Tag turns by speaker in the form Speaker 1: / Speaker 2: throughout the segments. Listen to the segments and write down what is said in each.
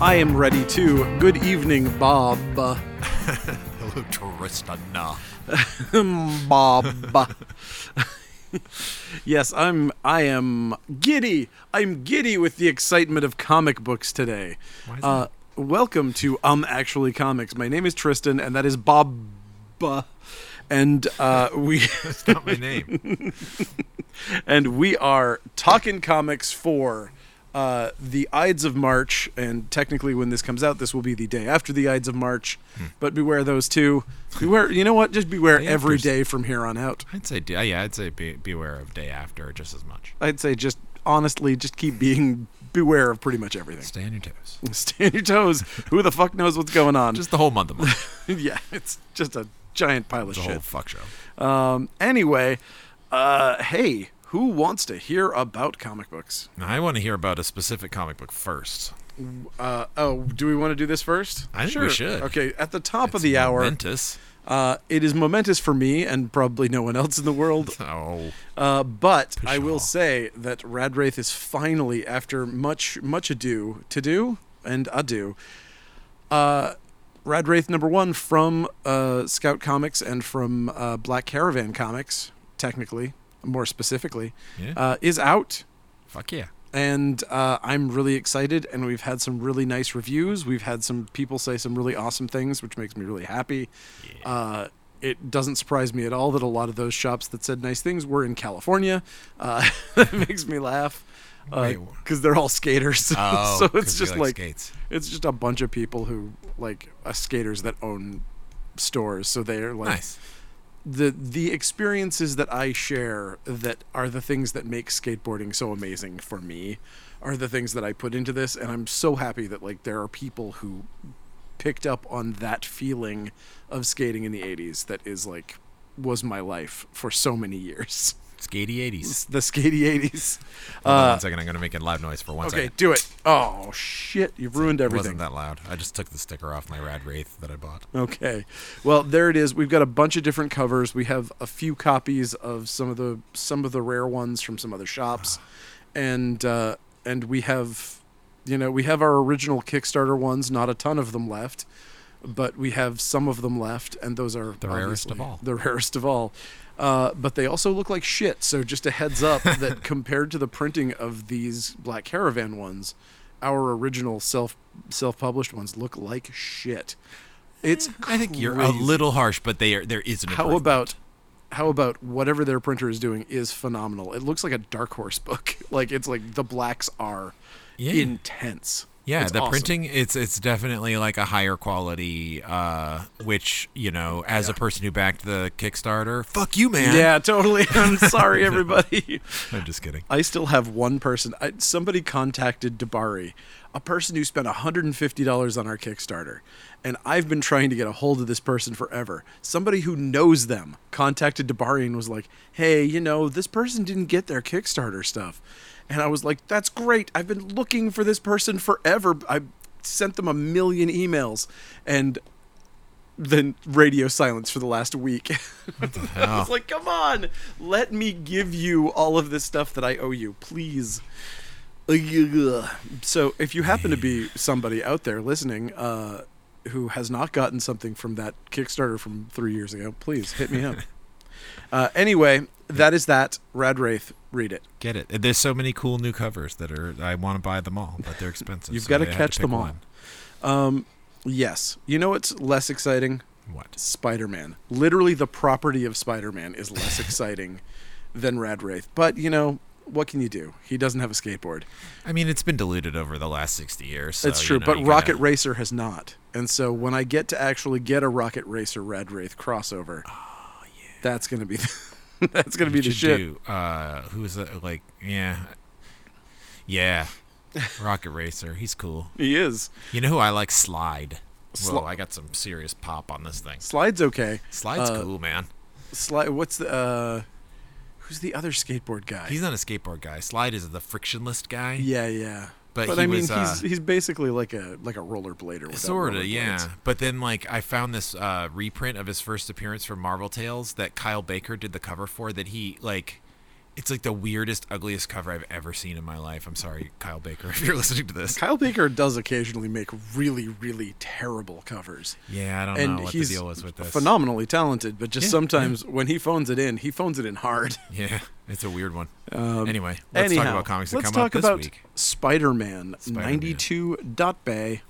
Speaker 1: I am ready too. Good evening, Bob.
Speaker 2: Hello, Tristan.
Speaker 1: Bob. yes, I'm. I am giddy. I'm giddy with the excitement of comic books today.
Speaker 2: Why is
Speaker 1: Uh, welcome to Um Actually Comics. My name is Tristan, and that is Bob. And uh, we
Speaker 2: That's not my name.
Speaker 1: and we are talking comics for uh, the Ides of March, and technically, when this comes out, this will be the day after the Ides of March.
Speaker 2: Hmm.
Speaker 1: But beware those two. Beware, you know what? Just beware
Speaker 2: Day
Speaker 1: every
Speaker 2: afters.
Speaker 1: day from here on out.
Speaker 2: I'd say, d- yeah, I'd say be, beware of day after just as much.
Speaker 1: I'd say just honestly, just keep being beware of pretty much everything.
Speaker 2: Stay on your toes.
Speaker 1: Stay on your toes. Who the fuck knows what's going on?
Speaker 2: Just the whole month of March.
Speaker 1: yeah, it's just a giant pile of
Speaker 2: The whole
Speaker 1: shit.
Speaker 2: fuck show.
Speaker 1: Um, anyway, uh, hey, who wants to hear about comic books?
Speaker 2: Now, I want to hear about a specific comic book first.
Speaker 1: Uh, oh, do we want to do this first?
Speaker 2: I think we should.
Speaker 1: Okay, at the top of the hour,
Speaker 2: Momentous.
Speaker 1: uh, it is momentous for me and probably no one else in the world.
Speaker 2: Oh,
Speaker 1: Uh, but I will
Speaker 2: Pshaw.
Speaker 1: say that Radwraith is finally, after much much ado, to do and ado, uh, Radwraith number one from uh, Scout Comics and from uh, Black Caravan Comics, technically, more specifically,
Speaker 2: yeah.
Speaker 1: uh, is out
Speaker 2: fuck yeah.
Speaker 1: and uh, I'm really excited. And we've had some really nice reviews. We've had some people say some really awesome things, which makes me really happy. Uh, it doesn't surprise me at all that a lot of those shops that said nice things were in California. Uh, that makes me laugh
Speaker 2: Wait,
Speaker 1: because
Speaker 2: wh-
Speaker 1: they're all skaters.
Speaker 2: Oh,
Speaker 1: so
Speaker 2: 'cause
Speaker 1: it's
Speaker 2: you
Speaker 1: just
Speaker 2: like
Speaker 1: like
Speaker 2: skates.
Speaker 1: it's just a bunch of people who like uh, skaters that own stores. So they're like
Speaker 2: Nice.
Speaker 1: the the experiences that I share that are the things that make skateboarding so amazing for me are the things that I put into this and I'm so happy that like there are people who picked up on that feeling of skating in the 80s that is like was my life for so many years.
Speaker 2: Skatey 80s.
Speaker 1: The skatey 80s.
Speaker 2: Hold on
Speaker 1: Uh,
Speaker 2: one second. I'm going to make a loud noise for one
Speaker 1: okay,
Speaker 2: second.
Speaker 1: do it. Oh shit, you've ruined
Speaker 2: It wasn't
Speaker 1: everything.
Speaker 2: that loud. I just took the sticker off my Rad Wraith that I bought.
Speaker 1: Okay. Well, there it is. We've got a bunch of different covers. We have a few copies of some of the some of the rare ones from some other shops, and uh, and we have, you know, we have our original Kickstarter ones. Not a ton of them left, but we have some of them left, and those are
Speaker 2: The rarest
Speaker 1: obviously
Speaker 2: of all.
Speaker 1: The rarest of all. Uh, but they also look like shit. So just a heads up that compared to the printing of these Black Caravan ones, our original self self published ones look like shit. It's
Speaker 2: I think you're a
Speaker 1: crazy.
Speaker 2: little harsh, but they are, there is an
Speaker 1: How
Speaker 2: improvement.
Speaker 1: about how about whatever their printer is doing is phenomenal. It looks like a dark horse book. Like it's like the blacks are
Speaker 2: Yeah.
Speaker 1: intense.
Speaker 2: Yeah,
Speaker 1: It's
Speaker 2: the
Speaker 1: awesome.
Speaker 2: printing it's it's definitely like a higher quality uh which, you know, as a person who backed the Kickstarter, fuck you, man.
Speaker 1: Yeah, totally. I'm sorry everybody.
Speaker 2: I'm just kidding.
Speaker 1: I still have one person. I, somebody contacted Debari, a person who spent $150 on our Kickstarter. And I've been trying to get a hold of this person forever. Somebody who knows them contacted Debari and was like, hey, you know, this person didn't get their Kickstarter stuff. And I was like, that's great. I've been looking for this person forever. I sent them a million emails. And then radio silence for the last week. I was like, come on, let me give you all of this stuff that I owe you, please. Ugh. So, if you happen to be somebody out there listening uh, who has not gotten something from that Kickstarter from three years ago, please hit me up. uh, anyway, that is that. Radwraith, read it.
Speaker 2: Get it. There's so many cool new covers that are I want to buy them all, but they're expensive.
Speaker 1: You've
Speaker 2: so
Speaker 1: got to
Speaker 2: I had
Speaker 1: catch
Speaker 2: pick
Speaker 1: them all.
Speaker 2: one.
Speaker 1: Um, yes. You know what's less exciting?
Speaker 2: What?
Speaker 1: Spider Man. Literally, the property of Spider Man is less exciting than Radwraith. But, you know, what can you do? He doesn't have a skateboard.
Speaker 2: I mean, it's been diluted over the last 60 years. So,
Speaker 1: That's true,
Speaker 2: you know,
Speaker 1: but
Speaker 2: you
Speaker 1: Rocket
Speaker 2: gotta-
Speaker 1: Racer has not. And so when I get to actually get a Rocket Racer Radwraith crossover, that's going to be. That's gonna be
Speaker 2: Ah, you
Speaker 1: the
Speaker 2: should
Speaker 1: shit.
Speaker 2: Do, uh who's that like yeah. Yeah. Rocket Racer, he's cool.
Speaker 1: He is.
Speaker 2: You know who I like? Slide.
Speaker 1: Sli-
Speaker 2: Whoa, I got some serious pop on this thing.
Speaker 1: Slide's okay.
Speaker 2: Slide's
Speaker 1: Uh,
Speaker 2: cool, man.
Speaker 1: Slide. What's the? uh Who's the other skateboard guy?
Speaker 2: He's not a skateboard guy. Slide is the frictionless guy.
Speaker 1: yeah, yeah.
Speaker 2: But
Speaker 1: but
Speaker 2: he
Speaker 1: I mean,
Speaker 2: was,
Speaker 1: he's
Speaker 2: uh,
Speaker 1: he's basically like a like a rollerblader. without
Speaker 2: Sort of,
Speaker 1: rollerblades.
Speaker 2: yeah. But then, like, I found this uh, reprint of his first appearance from Marvel Tales that Kyle Baker did the cover for. That he like, It's like the weirdest, ugliest cover I've ever seen in my life. I'm sorry, Kyle Baker, if you're listening to this.
Speaker 1: Kyle Baker does occasionally make really, really terrible covers.
Speaker 2: Yeah, I don't
Speaker 1: And
Speaker 2: know what the
Speaker 1: he's
Speaker 2: deal was with this.
Speaker 1: phenomenally talented, but just
Speaker 2: Yeah,
Speaker 1: sometimes when he phones it in, he phones it in hard.
Speaker 2: Yeah, it's a weird one. anyway, let's
Speaker 1: Um, Anyhow,
Speaker 2: talk about comics that
Speaker 1: let's
Speaker 2: come out
Speaker 1: talk
Speaker 2: this
Speaker 1: about
Speaker 2: week.
Speaker 1: Spider-Man,
Speaker 2: Spider-Man.
Speaker 1: 92 Dot Bay.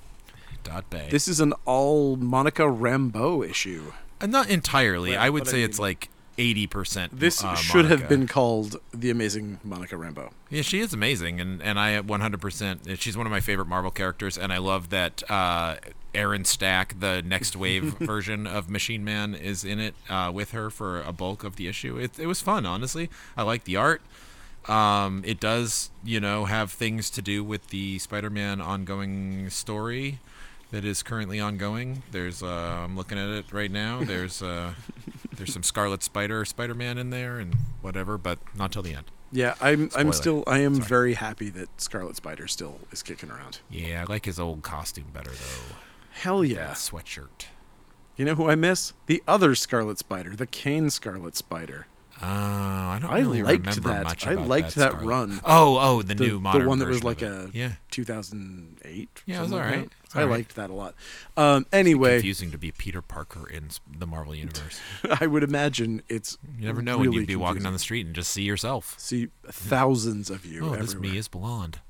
Speaker 2: Dot Bay.
Speaker 1: This is an all Monica Rambeau issue.
Speaker 2: Uh, Not entirely.
Speaker 1: Right,
Speaker 2: I would
Speaker 1: but I
Speaker 2: say it's like 80%.
Speaker 1: This
Speaker 2: uh,
Speaker 1: should have
Speaker 2: Monica.
Speaker 1: been called The Amazing Monica Rambeau.
Speaker 2: Yeah, she is amazing, and and I 100%. eh, She's one of my favorite Marvel characters, and I love that uh, Aaron Stack, the Next Wave version of Machine Man, is in it uh, with her for a bulk of the issue. It it was fun, honestly. I like the art. Um, it does, you know, have things to do with the Spider-Man ongoing story that is currently ongoing. There's, uh, I'm looking at it right now. There's, uh, there's some Scarlet Spider, Spider-Man in there, and whatever, but not till the end.
Speaker 1: Yeah, I'm
Speaker 2: Spoiler.
Speaker 1: I'm still I am very happy that Scarlet Spider still is kicking around.
Speaker 2: Yeah, I like his old costume better though.
Speaker 1: Hell
Speaker 2: That
Speaker 1: yeah.
Speaker 2: sweatshirt.
Speaker 1: You know who I miss? The other Scarlet Spider, the Kane Scarlet Spider.
Speaker 2: Oh, I don't
Speaker 1: I
Speaker 2: really
Speaker 1: liked
Speaker 2: remember
Speaker 1: that.
Speaker 2: much
Speaker 1: I
Speaker 2: about
Speaker 1: liked that
Speaker 2: Scarlet.
Speaker 1: run.
Speaker 2: Oh, oh, the,
Speaker 1: The-
Speaker 2: new
Speaker 1: the
Speaker 2: modern
Speaker 1: one that was
Speaker 2: version
Speaker 1: like
Speaker 2: of it.
Speaker 1: a-
Speaker 2: yeah.
Speaker 1: 2008.
Speaker 2: Yeah, it was
Speaker 1: something like
Speaker 2: alright.
Speaker 1: that.
Speaker 2: It's
Speaker 1: I
Speaker 2: alright.
Speaker 1: liked that a lot. Um, anyway,
Speaker 2: Confusing to be Peter Parker in s- the Marvel universe.
Speaker 1: I would imagine it's
Speaker 2: You never know when
Speaker 1: really
Speaker 2: you'd be walking
Speaker 1: confusing.
Speaker 2: down the street and just see yourself.
Speaker 1: see thousands of you
Speaker 2: Oh, this
Speaker 1: everywhere.
Speaker 2: me is blonde.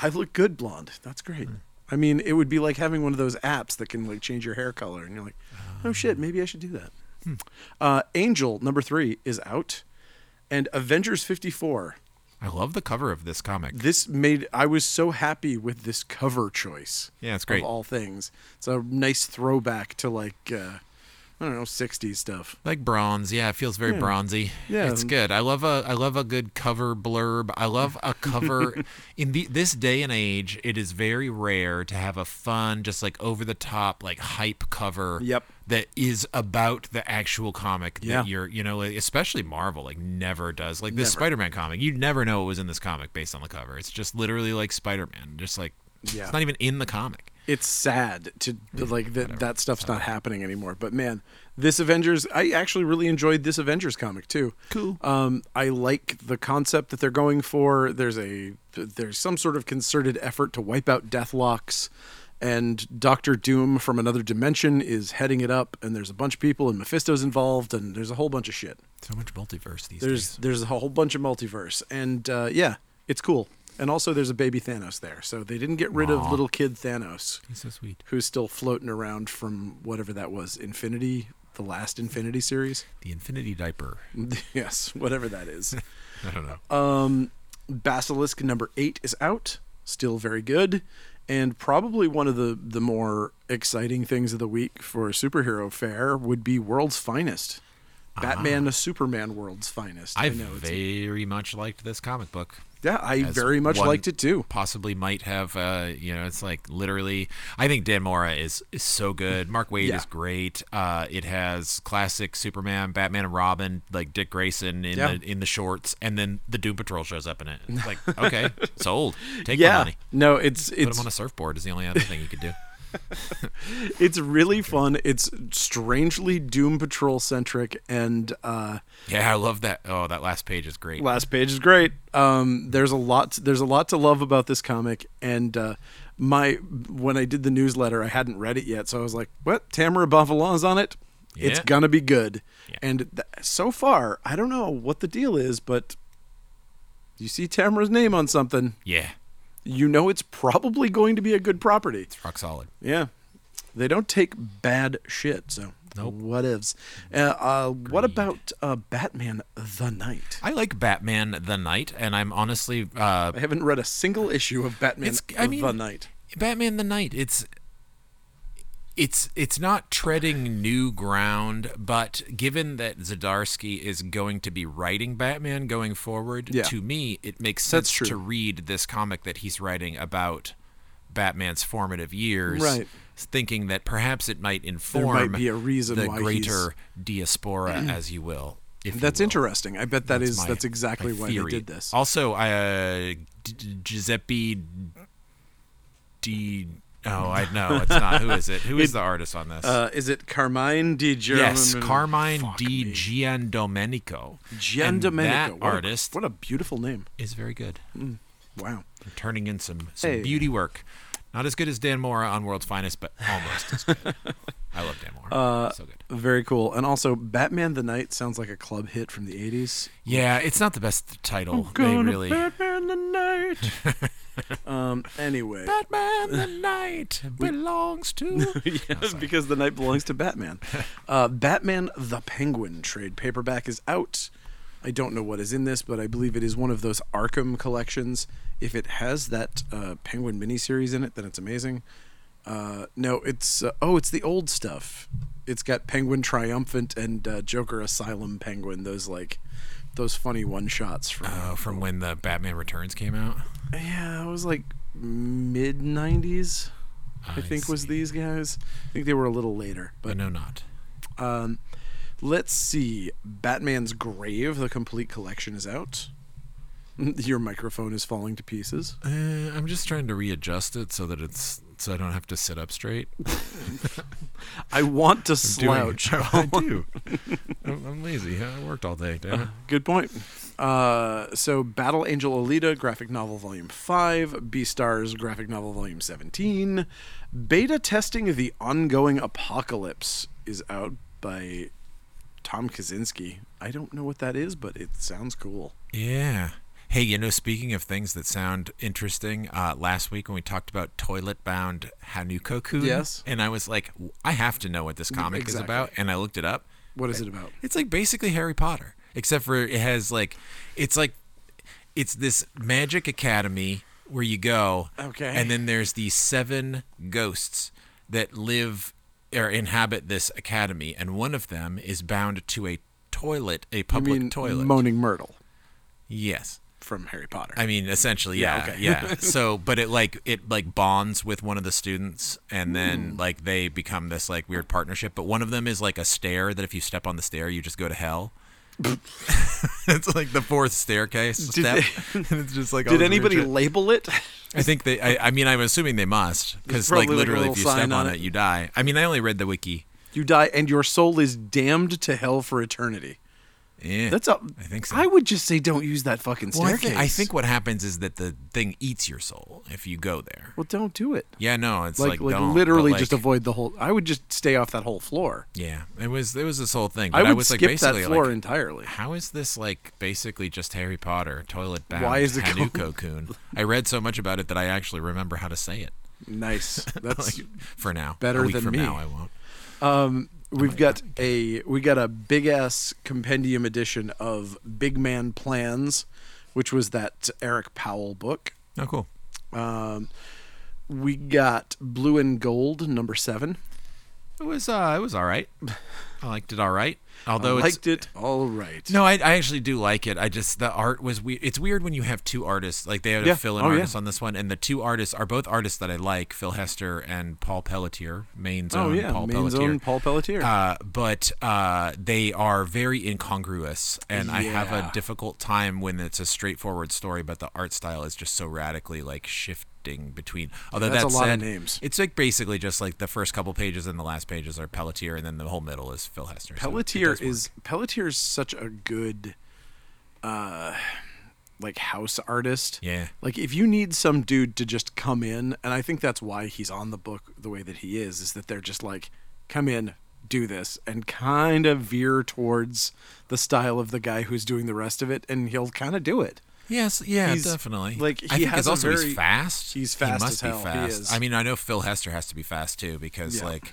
Speaker 1: I look good blonde. That's
Speaker 2: Hmm.
Speaker 1: great. I mean, it would be like having one of those apps that can like change your hair color, and you're like,
Speaker 2: Ah.
Speaker 1: oh shit, maybe I should do that.
Speaker 2: Hmm.
Speaker 1: Uh, Angel number three is out, and Avengers 54.
Speaker 2: I love the cover of this comic.
Speaker 1: This made I was so happy with this cover choice.
Speaker 2: Yeah, it's great.
Speaker 1: Of all things, it's a nice throwback to like uh, I don't know 60s stuff.
Speaker 2: Like bronze, yeah, it feels very bronzy.
Speaker 1: Yeah.
Speaker 2: it's good. I love a I love a good cover blurb. I love a cover in the, this day and age. It is very rare to have a fun, just like over the top, like hype cover.
Speaker 1: Yep.
Speaker 2: That is about the actual comic
Speaker 1: Yeah.
Speaker 2: that you're, you know, like, especially Marvel, like never does. Like this
Speaker 1: Never.
Speaker 2: Spider-Man comic, you never know what was in this comic based on the cover. It's just literally like Spider-Man, just like
Speaker 1: Yeah.
Speaker 2: it's not even in the comic.
Speaker 1: it's sad to like that that stuff's not happening anymore. But man, this Avengers, I actually really enjoyed this Avengers comic too.
Speaker 2: Cool.
Speaker 1: Um, I like the concept that they're going for. There's a there's some sort of concerted effort to wipe out Deathlocks, and Doctor Doom from another dimension is heading it up. And there's a bunch of people, and Mephisto's involved, and there's a whole bunch of shit.
Speaker 2: So much multiverse these
Speaker 1: There's
Speaker 2: days.
Speaker 1: there's a whole bunch of multiverse, and uh, yeah, it's cool. And also, there's a baby Thanos there, so they didn't get rid
Speaker 2: Aw.
Speaker 1: of little kid Thanos
Speaker 2: He's so sweet.
Speaker 1: who's still floating around from whatever that was, Infinity, the last Infinity series.
Speaker 2: The Infinity Diaper.
Speaker 1: yes, whatever that is.
Speaker 2: I don't know.
Speaker 1: Um, Basilisk number eight is out, still very good, and probably one of the the more exciting things of the week for superhero fair would be World's Finest.
Speaker 2: Ah.
Speaker 1: Batman, a Superman, World's Finest.
Speaker 2: I
Speaker 1: know it's
Speaker 2: very much liked this comic book.
Speaker 1: yeah, I
Speaker 2: as
Speaker 1: very much
Speaker 2: one-
Speaker 1: liked it too.
Speaker 2: Possibly might have, uh, you know, it's like literally. I think Dan Mora is, is so good. Mark Wade
Speaker 1: Yeah.
Speaker 2: is great. Uh, it has classic Superman, Batman, and Robin, like Dick Grayson in
Speaker 1: Yeah.
Speaker 2: the in the shorts, and then the Doom Patrol shows up in it. It's like, okay, sold. Take my
Speaker 1: Yeah,
Speaker 2: money.
Speaker 1: no, it's
Speaker 2: Put him
Speaker 1: it's
Speaker 2: on a surfboard is the only other thing you could do.
Speaker 1: it's really fun. It's strangely Doom Patrol centric, and uh,
Speaker 2: Yeah, I love that. Oh, that last page is great.
Speaker 1: Last page is great. Um, there's a lot. There's a lot to love about this comic, and uh, my when I did the newsletter, I hadn't read it yet, so I was like, "What? Tamara Bavala's on it. It's
Speaker 2: Yeah.
Speaker 1: gonna be good."
Speaker 2: Yeah.
Speaker 1: And th- so far, I don't know what the deal is, but you see Tamara's name on something,
Speaker 2: Yeah,
Speaker 1: you know it's probably going to be a good property.
Speaker 2: it's rock solid.
Speaker 1: Yeah. They don't take bad shit, so
Speaker 2: Nope.
Speaker 1: what ifs. Uh, uh, what about uh, Batman the Night?
Speaker 2: I like Batman the Knight, and I'm honestly uh,
Speaker 1: I haven't read a single issue of Batman
Speaker 2: It's- I mean-
Speaker 1: the Night.
Speaker 2: Batman the Night. It's it's it's not treading new ground, but given that Zadarsky is going to be writing Batman going forward,
Speaker 1: Yeah.
Speaker 2: to me it makes
Speaker 1: That's true.
Speaker 2: sense to read this comic that he's writing about Batman's formative years,
Speaker 1: Right.
Speaker 2: Thinking that perhaps it might
Speaker 1: There
Speaker 2: inform
Speaker 1: might be a reason
Speaker 2: the
Speaker 1: why
Speaker 2: greater diaspora, as you will. If you
Speaker 1: That's
Speaker 2: will.
Speaker 1: interesting. I bet that's
Speaker 2: my-
Speaker 1: that's exactly
Speaker 2: my
Speaker 1: why
Speaker 2: theory.
Speaker 1: they did this.
Speaker 2: Also, I, uh, G- Giuseppe D. No, I know it's not. Who is it? Who is the artist on this?
Speaker 1: Uh, is it Carmine Di Girolamo?
Speaker 2: yes, Carmine Di Giandomenico.
Speaker 1: Gian
Speaker 2: And
Speaker 1: Domenico.
Speaker 2: That
Speaker 1: what a-
Speaker 2: artist
Speaker 1: what a beautiful name.
Speaker 2: is very good.
Speaker 1: Wow.
Speaker 2: turning in some, some
Speaker 1: Hey.
Speaker 2: beauty work. Not as good as Dan Mora on World's Finest, but almost as good. I love Dan Mora.
Speaker 1: Uh,
Speaker 2: so good.
Speaker 1: Very cool. And also, Batman the Night sounds like a club hit from the 80s.
Speaker 2: Yeah, it's not the best title. They really.
Speaker 1: Batman the Night. um, anyway.
Speaker 2: Batman the night belongs to.
Speaker 1: yes, because the night belongs to Batman. Uh, Batman the Penguin trade paperback is out. I don't know what is in this, but I believe it is one of those Arkham collections. If it has that uh, Penguin miniseries in it, then it's amazing. Uh, no, it's uh, oh, it's the old stuff. It's got Penguin Triumphant and uh, Joker Asylum Penguin. Those like those funny one shots from
Speaker 2: Oh, from when the Batman Returns came out.
Speaker 1: yeah, it was like mid '90s. I,
Speaker 2: I
Speaker 1: think was
Speaker 2: see.
Speaker 1: these guys. I think they were a little later, but
Speaker 2: But no, not.
Speaker 1: um, let's see. Batman's Grave, the complete collection is out. Your microphone is falling to pieces.
Speaker 2: Uh, I'm just trying to readjust it so that it's so I don't have to sit up straight.
Speaker 1: I want to
Speaker 2: Doing it.
Speaker 1: slouch.
Speaker 2: I do. I'm, I'm lazy. I worked all day. Damn it.
Speaker 1: Good point. Uh, so, Battle Angel Alita, graphic novel volume 5, B Stars, graphic novel volume 17. Beta testing the ongoing apocalypse is out by Tom Kaczynski. I don't know what that is, but it sounds cool.
Speaker 2: Yeah. Hey, you know, speaking of things that sound interesting, uh, last week when we talked about toilet bound Hanukoku,
Speaker 1: Yes.
Speaker 2: and I was like, "W- I have to know what this comic
Speaker 1: exactly.
Speaker 2: is about, and I looked it up.
Speaker 1: What is it about?
Speaker 2: It's like basically Harry Potter, except for it has like, it's like, it's this magic academy where you go,
Speaker 1: Okay.
Speaker 2: and then there's these seven ghosts that live or inhabit this academy, and one of them is bound to a toilet, a
Speaker 1: I
Speaker 2: public
Speaker 1: mean,
Speaker 2: toilet.
Speaker 1: Moaning Myrtle
Speaker 2: yes.
Speaker 1: from Harry Potter.
Speaker 2: I mean, essentially,
Speaker 1: Yeah,
Speaker 2: yeah, yeah.
Speaker 1: okay.
Speaker 2: So, but it like it like bonds with one of the students, and then like they become this like weird partnership. But one of them is like a stair that if you step on the stair, you just go to hell. it's like the fourth staircase
Speaker 1: Did
Speaker 2: step, and it's just like all
Speaker 1: Did
Speaker 2: this weird
Speaker 1: anybody
Speaker 2: shit.
Speaker 1: label it?
Speaker 2: I think they. I, I mean, I'm assuming they must because
Speaker 1: probably,
Speaker 2: like
Speaker 1: like, a
Speaker 2: literally,
Speaker 1: little
Speaker 2: if you step
Speaker 1: sign
Speaker 2: on,
Speaker 1: on
Speaker 2: it,
Speaker 1: it.
Speaker 2: you die. I mean, I only read the wiki.
Speaker 1: You die and your soul is damned to hell for eternity.
Speaker 2: Yeah,
Speaker 1: That's a.
Speaker 2: I think so.
Speaker 1: I would just say don't use that fucking
Speaker 2: Well, I
Speaker 1: staircase.
Speaker 2: think, I think what happens is that the thing eats your soul if you go there.
Speaker 1: Well, don't do it.
Speaker 2: Yeah, no, it's
Speaker 1: Like,
Speaker 2: like,
Speaker 1: like,
Speaker 2: don't, but,
Speaker 1: literally, just
Speaker 2: like-
Speaker 1: avoid the whole. I would just stay off that whole floor.
Speaker 2: Yeah, it was it was this whole thing.
Speaker 1: I
Speaker 2: But
Speaker 1: would
Speaker 2: I, was like
Speaker 1: skip that
Speaker 2: basically
Speaker 1: floor
Speaker 2: like,
Speaker 1: entirely.
Speaker 2: how is this like basically just Harry Potter toilet bound?
Speaker 1: Why is it called-
Speaker 2: Hanuko Kun? I read so much about it that I actually remember how to say it.
Speaker 1: Nice. That's
Speaker 2: Like, oh for now,
Speaker 1: better
Speaker 2: a week
Speaker 1: than
Speaker 2: from
Speaker 1: me.
Speaker 2: now, I won't.
Speaker 1: Um, we've got a we got a big ass compendium edition of Big Man Plans, which was that Eric Powell book.
Speaker 2: Oh, cool.
Speaker 1: Um, we got Blue and Gold number seven.
Speaker 2: It was uh, it was all right. I liked it all right. Although it's
Speaker 1: Liked it. All right.
Speaker 2: no, I, I actually do like it. I just the art was weird. It's weird when you have two artists like they had
Speaker 1: Yeah.
Speaker 2: a fill-in
Speaker 1: Oh, yeah.
Speaker 2: artist on this one, and the two artists are both artists that I like: Phil Hester and Paul Pelletier, Maine's
Speaker 1: Oh
Speaker 2: own
Speaker 1: yeah,
Speaker 2: Paul
Speaker 1: Maine's
Speaker 2: Pelletier.
Speaker 1: own Paul Pelletier.
Speaker 2: uh, but uh, they are very incongruous, and I have
Speaker 1: Yeah.
Speaker 2: a difficult time when it's a straightforward story, but the art style is just so radically like shifting between. Although
Speaker 1: That's
Speaker 2: that
Speaker 1: a lot of
Speaker 2: said,
Speaker 1: names.
Speaker 2: It's like basically just like the first couple pages and the last pages are Pelletier, and then the whole middle is Phil Hester. so it
Speaker 1: Pelletier
Speaker 2: does work.
Speaker 1: is Pelletier is such a good, uh, like house artist.
Speaker 2: yeah.
Speaker 1: Like if you need some dude to just come in, and I think that's why he's on the book the way that he is, is that they're just like, come in, do this, and kind of veer towards the style of the guy who's doing the rest of it, and he'll kind of do it.
Speaker 2: Yes, yeah,
Speaker 1: He's-
Speaker 2: definitely.
Speaker 1: like,
Speaker 2: I
Speaker 1: he
Speaker 2: think
Speaker 1: has
Speaker 2: it's
Speaker 1: a
Speaker 2: also
Speaker 1: very-
Speaker 2: he's fast.
Speaker 1: he's fast
Speaker 2: He must
Speaker 1: as
Speaker 2: be
Speaker 1: hell, he
Speaker 2: fast.
Speaker 1: is.
Speaker 2: I mean, I know Phil Hester has to be fast too because
Speaker 1: Yeah.
Speaker 2: like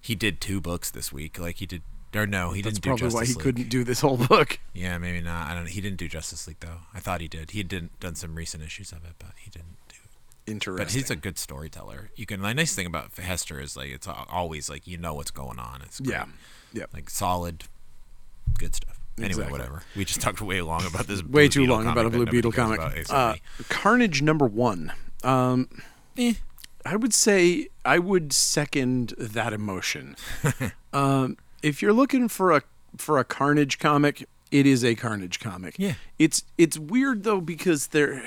Speaker 2: he did two books this week. Like he did, or no, he
Speaker 1: That's
Speaker 2: didn't do
Speaker 1: probably
Speaker 2: Justice
Speaker 1: why he
Speaker 2: League.
Speaker 1: couldn't do this whole book.
Speaker 2: Yeah, maybe not. I don't. He didn't do Justice League though. I thought he did. He had didn't done some recent issues of it, but he didn't do. It.
Speaker 1: Interesting.
Speaker 2: But he's a good storyteller. You can. The nice thing about Hester is like it's al- always like you know what's going on. It's great.
Speaker 1: yeah, yeah.
Speaker 2: like solid, good stuff. Anyway,
Speaker 1: Exactly.
Speaker 2: whatever. We just talked way long about this.
Speaker 1: Way
Speaker 2: Blue
Speaker 1: too
Speaker 2: Beetle
Speaker 1: long
Speaker 2: comic
Speaker 1: about a
Speaker 2: that
Speaker 1: Blue
Speaker 2: nobody
Speaker 1: Beetle
Speaker 2: cares
Speaker 1: comic.
Speaker 2: about, except
Speaker 1: uh,
Speaker 2: me.
Speaker 1: Carnage number one. Um,
Speaker 2: Eh.
Speaker 1: I would say I would second that emotion. um, if you're looking for a for a Carnage comic, it is a Carnage comic.
Speaker 2: Yeah.
Speaker 1: It's it's weird though because they're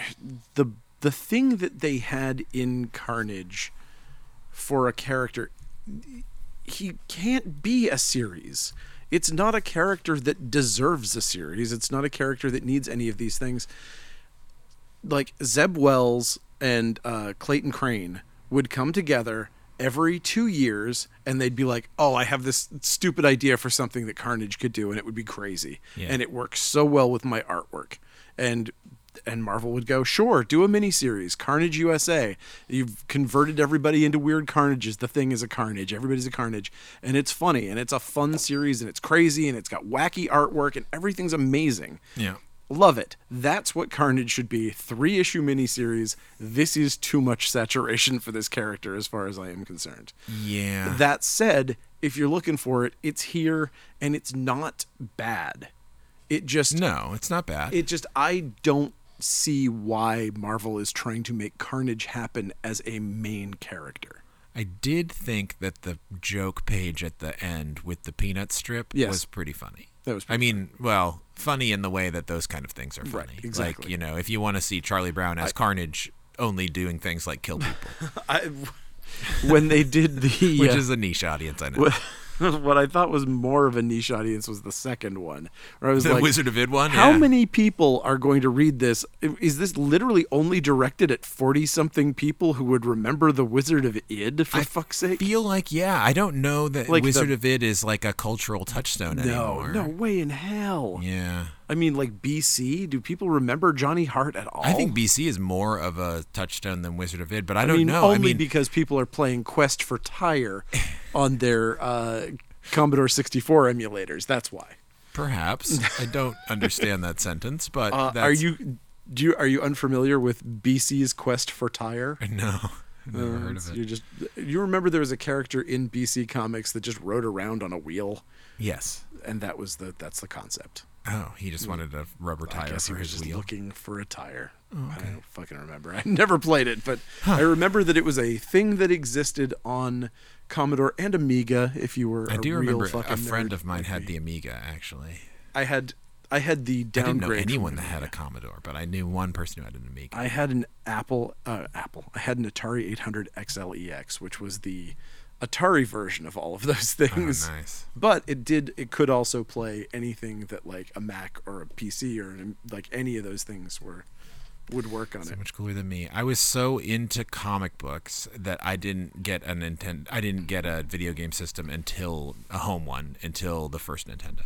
Speaker 1: the the thing that they had in Carnage for a character. He can't be a series. It's not a character that deserves a series. It's not a character that needs any of these things. Like Zeb Wells and uh, Clayton Crane would come together every two years and they'd be like, oh, I have this stupid idea for something that Carnage could do and it would be crazy.
Speaker 2: Yeah.
Speaker 1: And it works so well with my artwork. And and Marvel would go, sure, do a miniseries, Carnage USA. You've converted everybody into weird carnages. The thing is a carnage. Everybody's a carnage. And it's funny and it's a fun series and it's crazy and it's got wacky artwork and everything's amazing.
Speaker 2: Yeah.
Speaker 1: Love it. That's what Carnage should be. Three issue miniseries. This is too much saturation for this character, as far as I am concerned.
Speaker 2: Yeah.
Speaker 1: That said, if you're looking for it, it's here and it's not bad. It just,
Speaker 2: no, it's not bad.
Speaker 1: it just, I don't see why Marvel is trying to make Carnage happen as a main character.
Speaker 2: I did think that the joke page at the end with the peanut strip
Speaker 1: Yes.
Speaker 2: was pretty funny.
Speaker 1: That was
Speaker 2: I mean, well, funny in the way that those kind of things are funny.
Speaker 1: exactly.
Speaker 2: Like, you know, if you want to see Charlie Brown as Carnage only doing things like kill people,
Speaker 1: I, when they did the,
Speaker 2: which
Speaker 1: uh,
Speaker 2: is a niche audience, I know.
Speaker 1: what I thought was more of a niche audience was the second one, where I was
Speaker 2: the
Speaker 1: like,
Speaker 2: Wizard of Id one?
Speaker 1: How
Speaker 2: Yeah.
Speaker 1: many people are going to read this? Is this literally only directed at 40 something people who would remember The Wizard of Id, for fuck's sake?
Speaker 2: feel like, yeah, I don't know that
Speaker 1: Like the-
Speaker 2: Wizard of Id is like a cultural touchstone
Speaker 1: No,
Speaker 2: anymore.
Speaker 1: no way in hell.
Speaker 2: Yeah.
Speaker 1: I mean, like BC, do people remember Johnny Hart at all?
Speaker 2: I think BC is more of a touchstone than Wizard of Id, but I
Speaker 1: I
Speaker 2: don't
Speaker 1: mean,
Speaker 2: know.
Speaker 1: only
Speaker 2: I mean,
Speaker 1: because people are playing Quest for Tire on their uh, Commodore 64 emulators. That's why.
Speaker 2: perhaps. I don't understand that sentence, but
Speaker 1: Uh,
Speaker 2: that's
Speaker 1: are you do you are you unfamiliar with BC's Quest for Tire?
Speaker 2: No, never heard of
Speaker 1: So
Speaker 2: it.
Speaker 1: You just you remember there was a character in BC Comics that just rode around on a wheel,
Speaker 2: Yes.
Speaker 1: and that was the that's the concept.
Speaker 2: Oh, he just wanted a rubber
Speaker 1: Mm. I
Speaker 2: tire
Speaker 1: guess he
Speaker 2: for
Speaker 1: was
Speaker 2: his
Speaker 1: just
Speaker 2: wheel.
Speaker 1: looking for a tire. I don't fucking remember. I never played it, but I remember that it was a thing that existed on Commodore and Amiga. If you were,
Speaker 2: I
Speaker 1: a
Speaker 2: do
Speaker 1: real
Speaker 2: remember
Speaker 1: fucking
Speaker 2: a friend
Speaker 1: nerd
Speaker 2: of mine
Speaker 1: like
Speaker 2: had
Speaker 1: me.
Speaker 2: the Amiga. Actually,
Speaker 1: I had I had the
Speaker 2: I didn't know
Speaker 1: downgrade. from
Speaker 2: anyone
Speaker 1: an
Speaker 2: that had a Commodore, but I knew one person who had an Amiga.
Speaker 1: I had an Apple, uh, Apple. I had an Atari 800 XLEX, E which was the Atari version of all of those things.
Speaker 2: Oh, nice.
Speaker 1: But it did. It could also play anything that like a Mac or a PC or an- like any of those things were would work on it.
Speaker 2: Much cooler than me. I was so into comic books that I didn't get a Nintendo. I didn't get a video game system until a home one, until the first Nintendo.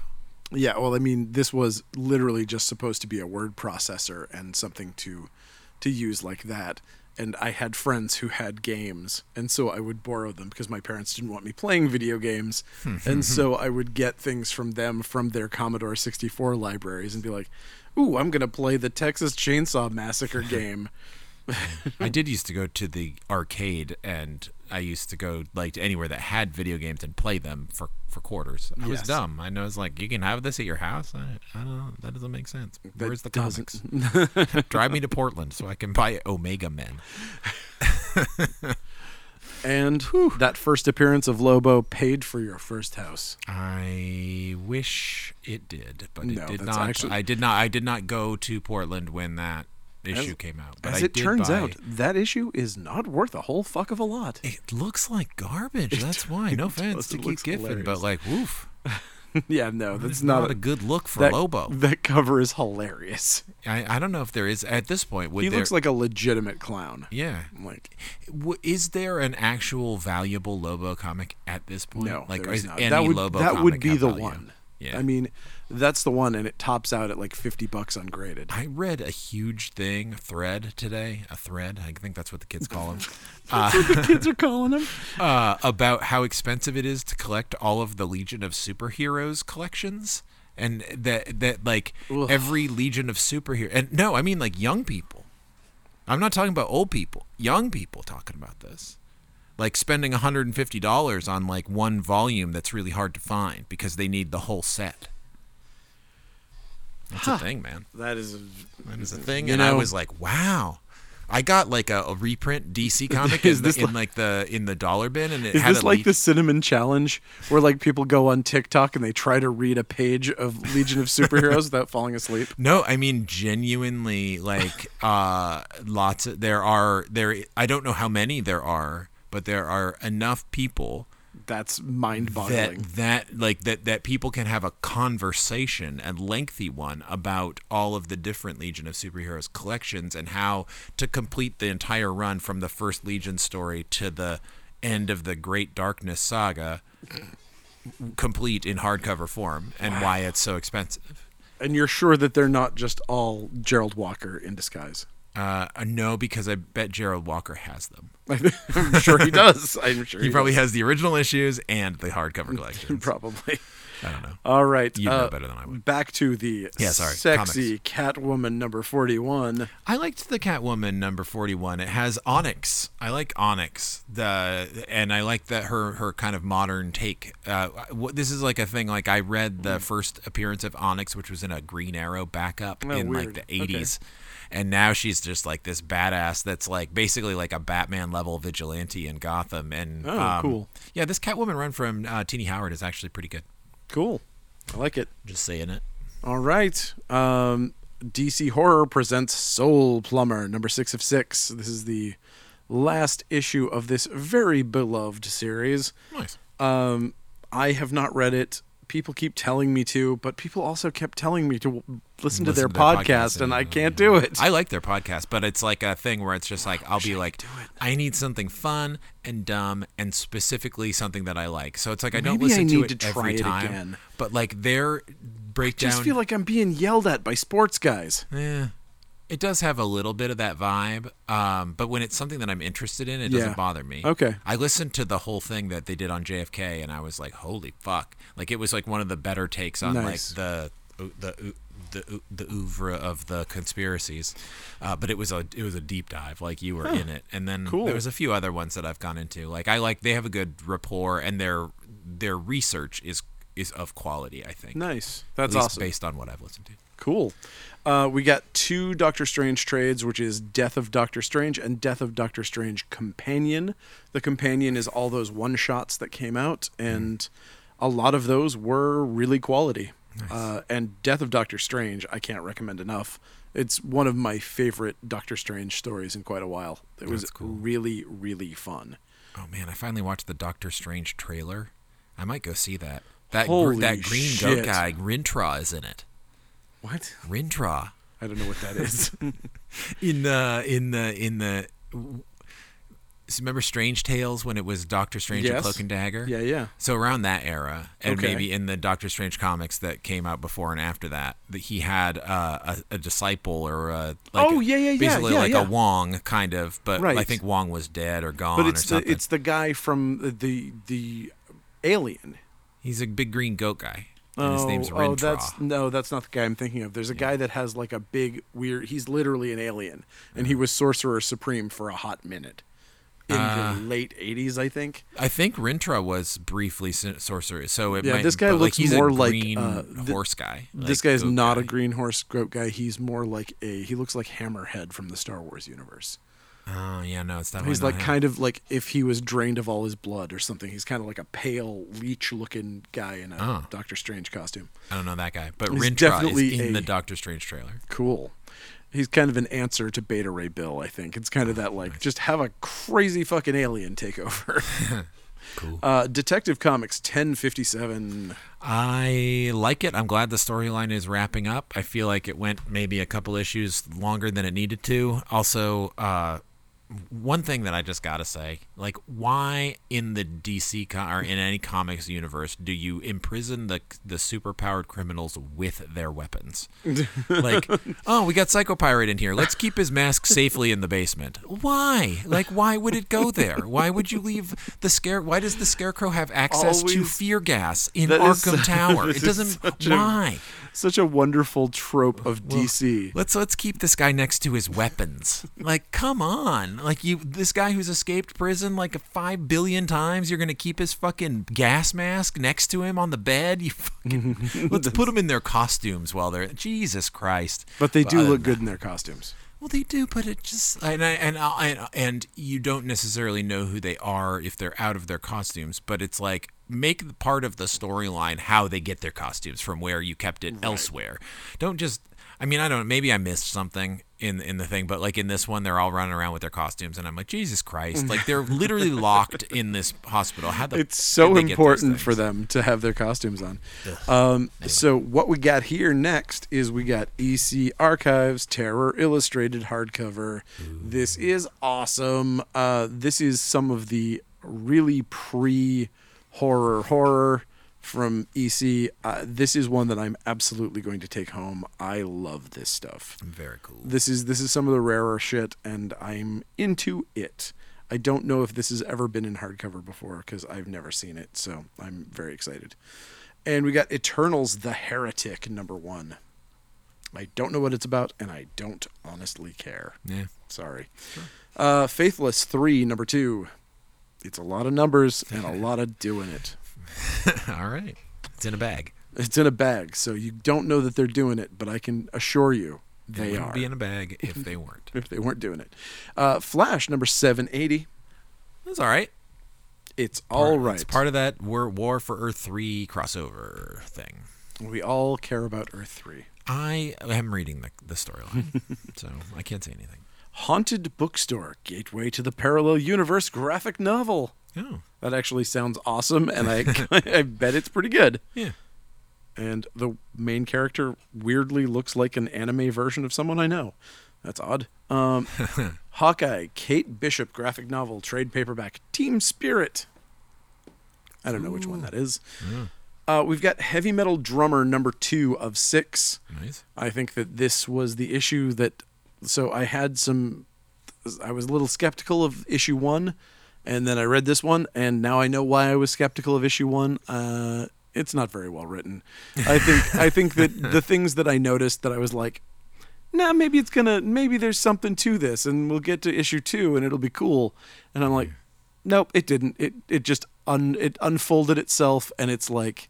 Speaker 1: Yeah. Well, I mean, this was literally just supposed to be a word processor and something to to use like that. And I had friends who had games, and so I would borrow them because my parents didn't want me playing video games. and so I would get things from them from their Commodore 64 libraries and be like, "Ooh, I'm gonna play the Texas Chainsaw Massacre game."
Speaker 2: I did used to go to the arcade, and I used to go like to anywhere that had video games and play them for for quarters. I was
Speaker 1: Yes.
Speaker 2: dumb. I know it's like you can have this at your house. I, I don't know. That doesn't make sense. Where's the comics? Drive me to Portland so I can buy Omega Men.
Speaker 1: And that first appearance of Lobo paid for your first house.
Speaker 2: I wish it did, but it
Speaker 1: No,
Speaker 2: did
Speaker 1: that's
Speaker 2: not.
Speaker 1: actually-
Speaker 2: I did not. I did not go to Portland when that issue came out. But
Speaker 1: As
Speaker 2: I
Speaker 1: it
Speaker 2: did
Speaker 1: turns
Speaker 2: buy-
Speaker 1: out, that issue is not worth a whole fuck of a lot.
Speaker 2: It looks like garbage. That's why. No
Speaker 1: does.
Speaker 2: offense to
Speaker 1: It
Speaker 2: Keith
Speaker 1: looks
Speaker 2: Giffen, but
Speaker 1: hilarious.
Speaker 2: like, woof.
Speaker 1: yeah, no, that's
Speaker 2: It's
Speaker 1: not,
Speaker 2: not, a good look for
Speaker 1: that,
Speaker 2: Lobo.
Speaker 1: That cover is hilarious.
Speaker 2: I, I don't know if there is at this point. Would
Speaker 1: He
Speaker 2: there,
Speaker 1: looks like a legitimate clown.
Speaker 2: yeah.
Speaker 1: I'm like,
Speaker 2: W- is there an actual valuable Lobo comic at this point?
Speaker 1: no,
Speaker 2: like
Speaker 1: there is
Speaker 2: is
Speaker 1: not.
Speaker 2: any
Speaker 1: that would,
Speaker 2: Lobo
Speaker 1: that
Speaker 2: comic
Speaker 1: would be
Speaker 2: have
Speaker 1: the
Speaker 2: value?
Speaker 1: one.
Speaker 2: Yeah.
Speaker 1: I mean, that's the one, and it tops out at like fifty bucks ungraded.
Speaker 2: I read a huge thing thread today, a thread. I think that's what the kids call them.
Speaker 1: That's what the kids are calling him.
Speaker 2: uh, about how expensive it is to collect all of the Legion of Superheroes collections, and that that like
Speaker 1: Ugh.
Speaker 2: every Legion of Superhero, and no, I mean like young people. I'm not talking about old people. Young people talking about this, like spending 150 dollars on like one volume that's really hard to find because they need the whole set. That's a thing, man.
Speaker 1: That is,
Speaker 2: That is a thing,
Speaker 1: You
Speaker 2: and I
Speaker 1: know-
Speaker 2: was like, wow. I got like a, a reprint DC comic
Speaker 1: Is
Speaker 2: in, the-
Speaker 1: this
Speaker 2: in,
Speaker 1: like-
Speaker 2: like the in the dollar bin, and it
Speaker 1: is
Speaker 2: had
Speaker 1: this
Speaker 2: a
Speaker 1: like
Speaker 2: leaf-
Speaker 1: the cinnamon challenge where like people go on TikTok and they try to read a page of Legion of Superheroes without falling asleep?
Speaker 2: No, I mean genuinely like uh lots of there are there I don't know how many there are, but there are enough people
Speaker 1: That's mind boggling.
Speaker 2: that that like that that people can have a conversation a lengthy one about all of the different legion of superheroes collections and how to complete the entire run from the first legion story to the end of the great darkness saga complete in hardcover form and why it's so expensive
Speaker 1: And you're sure that they're not just all Gerald Walker in disguise?
Speaker 2: uh, no because i bet gerald walker has them
Speaker 1: I'm sure he does. I'm sure
Speaker 2: he
Speaker 1: he,
Speaker 2: probably has the original issues and the hardcover collection
Speaker 1: probably.
Speaker 2: i don't know
Speaker 1: All right. uh,
Speaker 2: You know better than I would.
Speaker 1: Back to the
Speaker 2: Yeah, sorry,
Speaker 1: sexy Catwoman number 41.
Speaker 2: I liked the Catwoman number forty-one. It has Onyx. I like Onyx. The and I like that her her kind of modern take. Uh, wh- this is like a thing. Like I read
Speaker 1: Hmm.
Speaker 2: the first appearance of Onyx, which was in a Green Arrow backup in like
Speaker 1: Oh, weird.
Speaker 2: the
Speaker 1: Okay.
Speaker 2: eighties, and now she's just like this badass that's like basically like a Batman level vigilante in Gotham. And
Speaker 1: Oh,
Speaker 2: um,
Speaker 1: cool.
Speaker 2: Yeah, this Catwoman run from uh, Teeny Howard is actually pretty good.
Speaker 1: Cool. I like it.
Speaker 2: Just saying it.
Speaker 1: All right. Um, DC Horror presents Soul Plumber, number six of six. This is the last issue of this very beloved series.
Speaker 2: Nice.
Speaker 1: Um, I have not read it. People keep telling me to, but people also kept telling me to w- listen, to their, podcast, and I can't do it.
Speaker 2: uh, I like their podcast, but it's like a thing where it's just like I'll be like, I need something fun and dumb, and specifically something that I like. So it's like I don't
Speaker 1: Maybe I
Speaker 2: listen to
Speaker 1: need
Speaker 2: it
Speaker 1: to try
Speaker 2: every
Speaker 1: it
Speaker 2: time.
Speaker 1: again.
Speaker 2: But like their breakdown,
Speaker 1: just feel like I'm being yelled at by sports guys.
Speaker 2: eh, it does have a little bit of that vibe. Um, but when it's something that I'm interested in, it
Speaker 1: Yeah.
Speaker 2: doesn't bother me.
Speaker 1: Okay.
Speaker 2: I listened to the whole thing that they did on JFK, and I was like, holy fuck! Like it was like one of the better takes on
Speaker 1: Nice.
Speaker 2: like the the. The, the oeuvre of the conspiracies, uh, but it was a it was a deep dive. Like you were in it, and then
Speaker 1: Cool.
Speaker 2: there was a few other ones that I've gone into. Like I like they have a good rapport, and their their research is is of quality. I think
Speaker 1: Nice.
Speaker 2: at
Speaker 1: That's
Speaker 2: least
Speaker 1: awesome.
Speaker 2: based on what I've listened to.
Speaker 1: Cool. Uh, we got two Doctor Strange trades, which is Death of Doctor Strange and Death of Doctor Strange Companion. The Companion is all those one shots that came out, and a lot of those were really quality. Uh, and Death of Doctor Strange, I can't recommend enough. It's one of my favorite Doctor Strange stories in quite a while. It was
Speaker 2: That's cool.
Speaker 1: really, really fun.
Speaker 2: Oh man, I finally watched the Doctor Strange trailer. I might go see that. That gr-
Speaker 1: Holy
Speaker 2: that green
Speaker 1: shit.
Speaker 2: goat guy Rintra is in it.
Speaker 1: What?
Speaker 2: Rintra
Speaker 1: I don't know what that is.
Speaker 2: in the in the in the. so Remember Strange Tales when it was Doctor Strange
Speaker 1: Yes.
Speaker 2: and Cloak and Dagger?
Speaker 1: yeah, yeah.
Speaker 2: So around that era, and
Speaker 1: Okay.
Speaker 2: maybe in the Doctor Strange comics that came out before and after that, that he had uh, a, a disciple or a like
Speaker 1: Oh, yeah, yeah, yeah,
Speaker 2: basically
Speaker 1: yeah,
Speaker 2: like
Speaker 1: yeah.
Speaker 2: a Wong kind of, but I
Speaker 1: Right.
Speaker 2: think Wong was dead or gone
Speaker 1: But it's
Speaker 2: or
Speaker 1: the
Speaker 2: something.
Speaker 1: it's the guy from the the, the Alien.
Speaker 2: He's a big green goat guy, and his name's Rintra.
Speaker 1: oh, that's no, that's not the guy I'm thinking of. There's a guy that has like a big weird. He's literally an alien, and he was Sorcerer Supreme for a hot minute in
Speaker 2: Ah.
Speaker 1: the late '80s, I think.
Speaker 2: I think Rintra was briefly sor- sorcerer, so it
Speaker 1: Yeah,
Speaker 2: might,
Speaker 1: this guy
Speaker 2: but,
Speaker 1: looks
Speaker 2: like he's
Speaker 1: more
Speaker 2: a
Speaker 1: like,
Speaker 2: green
Speaker 1: uh, th-
Speaker 2: horse guy.
Speaker 1: this
Speaker 2: like
Speaker 1: guy is
Speaker 2: goat
Speaker 1: not a
Speaker 2: guy.
Speaker 1: green horse goat guy. He's more like a. He looks like Hammerhead from the Star Wars universe.
Speaker 2: Oh yeah, no, it's definitely
Speaker 1: He's
Speaker 2: not
Speaker 1: like
Speaker 2: him.
Speaker 1: kind of like if he was drained of all his blood or something. He's kind of like a pale leech-looking guy in a
Speaker 2: Oh.
Speaker 1: Doctor Strange costume.
Speaker 2: I don't know that guy, but
Speaker 1: he's
Speaker 2: Rintra
Speaker 1: definitely
Speaker 2: is in
Speaker 1: a-
Speaker 2: the Doctor Strange trailer.
Speaker 1: Cool. He's kind of an answer to Beta Ray Bill, I think. It's kind of that like just have a crazy fucking alien take over.
Speaker 2: Cool.
Speaker 1: uh, Detective Comics 1057.
Speaker 2: I like it. I'm glad the storyline is wrapping up. I feel like it went maybe a couple issues longer than it needed to. Also, uh, one thing that I just gotta say, like, why in the DC co- or in any comics universe do you imprison the the superpowered criminals with their weapons? like, oh, we got Psycho Pirate in here. Let's keep his mask safely in the basement. Why? Like, why would it go there? Why would you leave the scare? Why does the Scarecrow have access to
Speaker 1: Always-
Speaker 2: fear gas in
Speaker 1: That is
Speaker 2: Arkham
Speaker 1: su-
Speaker 2: Tower.
Speaker 1: this
Speaker 2: It
Speaker 1: is
Speaker 2: doesn't.
Speaker 1: such a-
Speaker 2: Why?
Speaker 1: Such a wonderful trope of DC.
Speaker 2: Let's let's keep this guy next to his weapons. Like, come on! Like you, this guy who's escaped prison like five billion times. You're gonna keep his fucking gas mask next to him on the bed. You fucking. let's put them in their costumes while they're. Jesus Christ!
Speaker 1: But they do
Speaker 2: other
Speaker 1: look
Speaker 2: than
Speaker 1: good in their costumes.
Speaker 2: well, they do, but it just and I, and I, and and you don't necessarily know who they are if they're out of their costumes. But it's like make the part of the storyline how they get their costumes from where you kept it elsewhere. Don't just. I mean, I don't. Maybe I missed something. in in the thing, but like in this one, they're all running around with their costumes, and I'm like, Jesus Christ! Like they're literally locked in this hospital. How the
Speaker 1: It's so
Speaker 2: did they get those
Speaker 1: important for
Speaker 2: things?
Speaker 1: them to have their costumes on. Um, so what we got here next is we got EC Archives Terror Illustrated hardcover. This is awesome. Uh, this is some of the really pre horror horror from EC. Uh, this is one that I'm absolutely going to take home. I love this stuff
Speaker 2: Very cool.
Speaker 1: this is this is some of the rarer shit and i'm into it i don't know if this has ever been in hardcover before because i've never seen it so i'm very excited and we got eternals the heretic number one i don't know what it's about and i don't honestly care
Speaker 2: Yeah.
Speaker 1: sorry uh, faithless 3 number two it's a lot of numbers and a lot of doing it
Speaker 2: all right. It's in a bag.
Speaker 1: it's in a bag so you don't know that they're doing it but i can assure you
Speaker 2: It
Speaker 1: they
Speaker 2: wouldn't
Speaker 1: are
Speaker 2: be in a bag if they weren't.
Speaker 1: if they weren't doing it. Uh, Flash number 780.
Speaker 2: That's all right.
Speaker 1: It's all
Speaker 2: It's
Speaker 1: right.
Speaker 2: part of that War, War for Earth 3 crossover thing.
Speaker 1: we all care about Earth 3.
Speaker 2: I am reading the, the storyline, so I can't say anything.
Speaker 1: Haunted Bookstore, Gateway to the Parallel Universe graphic novel.
Speaker 2: Oh,
Speaker 1: That actually sounds awesome, and I, I bet it's pretty good.
Speaker 2: yeah.
Speaker 1: And the main character weirdly looks like an anime version of someone I know. That's odd. Um, Hawkeye, Kate Bishop graphic novel, trade paperback, Team Spirit. I don't know which one that is. Uh, we've got Heavy Metal Drummer number two of six.
Speaker 2: Nice.
Speaker 1: I think that this was the issue that. So I had some. I was a little skeptical of issue one, and then I read this one, and now I know why I was skeptical of issue one. Uh, it's not very well written. I think I think that the things that I noticed that I was like, nah, maybe it's gonna, maybe there's something to this, and we'll get to issue two, and it'll be cool. And I'm like, nope, it didn't. It it just un it unfolded itself, and it's like,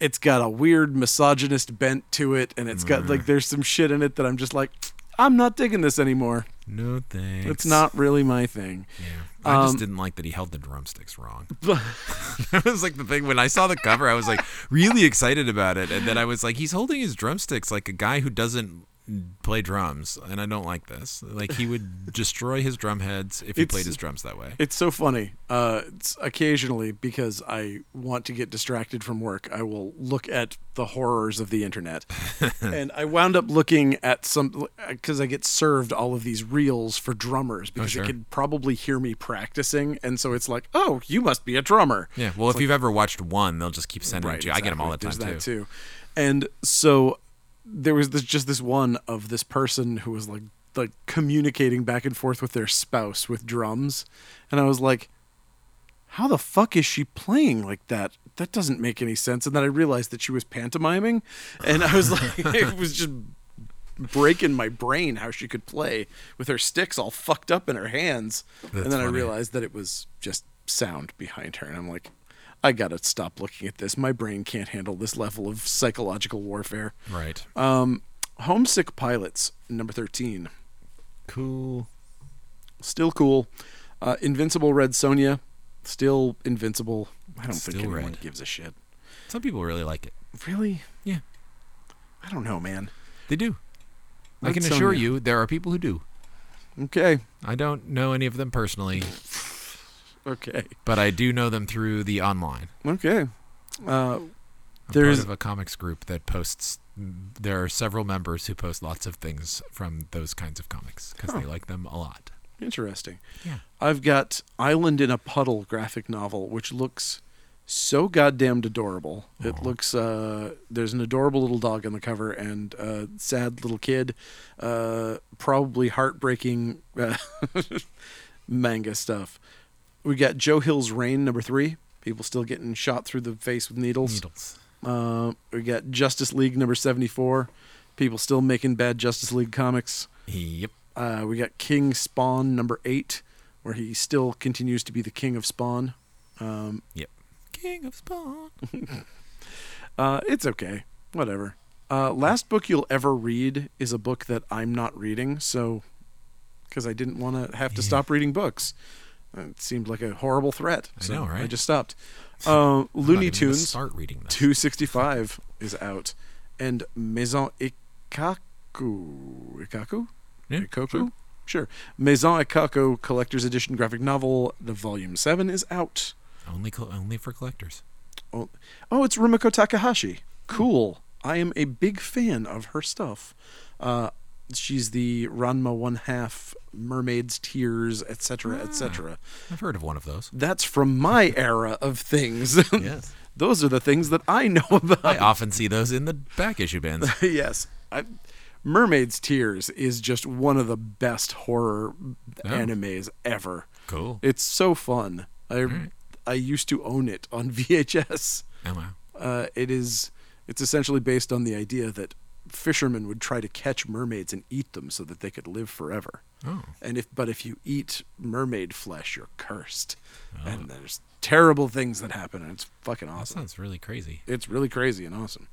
Speaker 1: it's got a weird misogynist bent to it, and it's
Speaker 2: Mm.
Speaker 1: got like there's some shit in it that I'm just like, I'm not digging this anymore.
Speaker 2: No thanks.
Speaker 1: It's not um, really my thing.
Speaker 2: Yeah. I just didn't like that he held the drumsticks wrong. that was like the thing when I saw the cover, I was like really excited about it, and then I was like, he's holding his drumsticks like a guy who doesn't play drums, and I don't like this. Like he would destroy his drum heads if he
Speaker 1: It's-
Speaker 2: played his drums that way.
Speaker 1: It's so funny. Uh, it's occasionally because I want to get distracted from work, I will look at the horrors of the internet, and I wound up looking at some because I get served all of these reels for drummers because
Speaker 2: Oh, sure.
Speaker 1: it could probably hear me practicing, and so it's like, oh, you must be a drummer.
Speaker 2: Yeah. Well, if you've ever watched one, they'll just keep sending it to you. I get them all the
Speaker 1: exactly.
Speaker 2: time too.
Speaker 1: There's that too. And so there was this, just this one of this person who was like like communicating back and forth with their spouse with drums, and I was like, how the fuck is she playing like that? That doesn't make any sense. And then I realized that she was pantomiming, and I was like, it was just breaking my brain how she could play with her sticks all fucked up in her hands. and
Speaker 2: That's
Speaker 1: then I
Speaker 2: funny.
Speaker 1: realized that it was just sound behind her, and I'm like, I gotta stop looking at this. My brain can't handle this level of psychological warfare.
Speaker 2: Right.
Speaker 1: Um, Homesick Pilots, number 13.
Speaker 2: Cool.
Speaker 1: Still cool. Uh, Invincible Red Sonia, still invincible. I don't
Speaker 2: Still
Speaker 1: think anyone
Speaker 2: red.
Speaker 1: gives a shit.
Speaker 2: Some people really like it.
Speaker 1: Really?
Speaker 2: Yeah,
Speaker 1: I don't know, man.
Speaker 2: they do. I
Speaker 1: Red
Speaker 2: can assure
Speaker 1: Sonja.
Speaker 2: you, there are people who do.
Speaker 1: Okay.
Speaker 2: I don't know any of them personally,
Speaker 1: Okay.
Speaker 2: but I do know them through the online.
Speaker 1: Okay. Uh,
Speaker 2: I'm
Speaker 1: There's-
Speaker 2: part of a comics group that posts. There are several members who post lots of things from those kinds of comics because they like them a lot.
Speaker 1: interesting.
Speaker 2: Yeah.
Speaker 1: I've got Island in a Puddle graphic novel, which looks so goddamn adorable. It looks uh, there's an adorable little dog on the cover and a sad little kid, uh, probably heartbreaking uh, manga stuff. We got Joe Hill's Rain number three. People still getting shot through the face with needles.
Speaker 2: Needles.
Speaker 1: Uh, we got Justice League number seventy four. People still making bad Justice League comics.
Speaker 2: Yep.
Speaker 1: Uh, we got King Spawn number eight, where he still continues to be the king of Spawn. Um,
Speaker 2: Yep. King of Spawn.
Speaker 1: uh, it's okay, whatever. Uh, last book you'll ever read is a book that I'm not reading, so because I didn't want to have to stop reading books, it seemed like a horrible threat.
Speaker 2: I
Speaker 1: so
Speaker 2: know, right?
Speaker 1: I just stopped. Uh, Looney
Speaker 2: Not even gonna
Speaker 1: Tunes
Speaker 2: Start reading this.
Speaker 1: 265 is out, and Maison Ikaku, Ikaku,
Speaker 2: Yeah,
Speaker 1: Coco?
Speaker 2: sure.
Speaker 1: Sure. Maison et Coco Collector's Edition graphic novel, the volume 7 is out.
Speaker 2: Only col- only for collectors.
Speaker 1: Oh, oh it's Rumiko Takahashi. Cool. I am a big fan of her stuff. Uh, she's the Ranma one half, Mermaid's Tears, etc.,
Speaker 2: Ah.
Speaker 1: etc.
Speaker 2: I've heard of one of those.
Speaker 1: That's from my era of things.
Speaker 2: Yes.
Speaker 1: Those are the things that I know about.
Speaker 2: I often see those in the back issue bins.
Speaker 1: yes. I, Mermaid's Tears is just one of the best horror animes ever.
Speaker 2: Cool.
Speaker 1: It's so fun. I I used to own it on VHS.
Speaker 2: Oh, wow.
Speaker 1: Uh, it is it's essentially based on the idea that fishermen would try to catch mermaids and eat them so that they could live forever.
Speaker 2: Oh.
Speaker 1: And if but if you eat mermaid flesh, you're cursed. And there's terrible things that happen and it's fucking
Speaker 2: That
Speaker 1: awesome
Speaker 2: sounds really crazy.
Speaker 1: it's really crazy and awesome.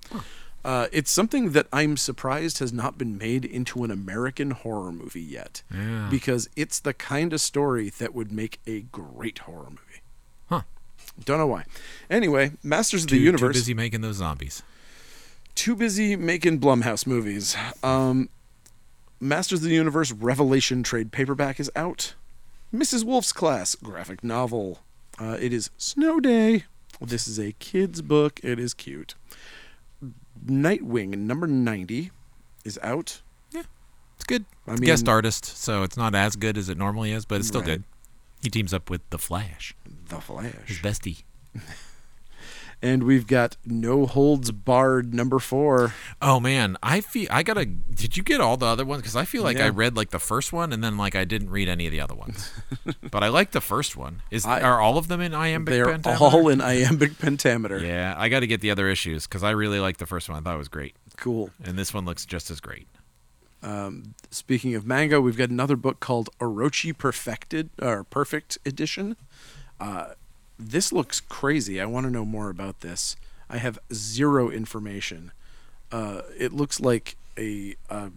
Speaker 1: Uh, it's something that I'm surprised has not been made into an American horror movie yet,
Speaker 2: Yeah.
Speaker 1: because it's the kind of story that would make a great horror movie.
Speaker 2: Huh.
Speaker 1: Don't know why. Anyway, Masters of the
Speaker 2: Too-
Speaker 1: Universe.
Speaker 2: Too busy making those zombies.
Speaker 1: too busy making Blumhouse movies. Um, Masters of the Universe Revelation trade paperback is out. Mrs. Wolf's Class graphic novel. Uh, it is Snow Day. This is a kid's book. It is cute. Nightwing number 90 is out.
Speaker 2: It's good.
Speaker 1: I
Speaker 2: It's a guest
Speaker 1: mean-
Speaker 2: artist, so it's not as good as it normally is, but it's still
Speaker 1: Right.
Speaker 2: good. He teams up with the Flash,
Speaker 1: The
Speaker 2: his
Speaker 1: Flash.
Speaker 2: bestie.
Speaker 1: And we've got No Holds Barred number four.
Speaker 2: Oh man, I feel I gotta. Did you get all the other ones? Because I feel like I
Speaker 1: Yeah.
Speaker 2: read like the first one, and then like I didn't read any of the other ones. but I like the first one. Is
Speaker 1: I-
Speaker 2: are all of them in iambic
Speaker 1: They're
Speaker 2: pentameter?
Speaker 1: all in iambic pentameter.
Speaker 2: Yeah, I got to get the other issues because I really like the first one. I thought it was great,
Speaker 1: Cool.
Speaker 2: and this one looks just as great.
Speaker 1: Speaking of manga, we've got another book called Orochi Perfected or Perfect Edition. Uh, this looks crazy. I want to know more about this. I have zero information. Uh, it looks like a, uh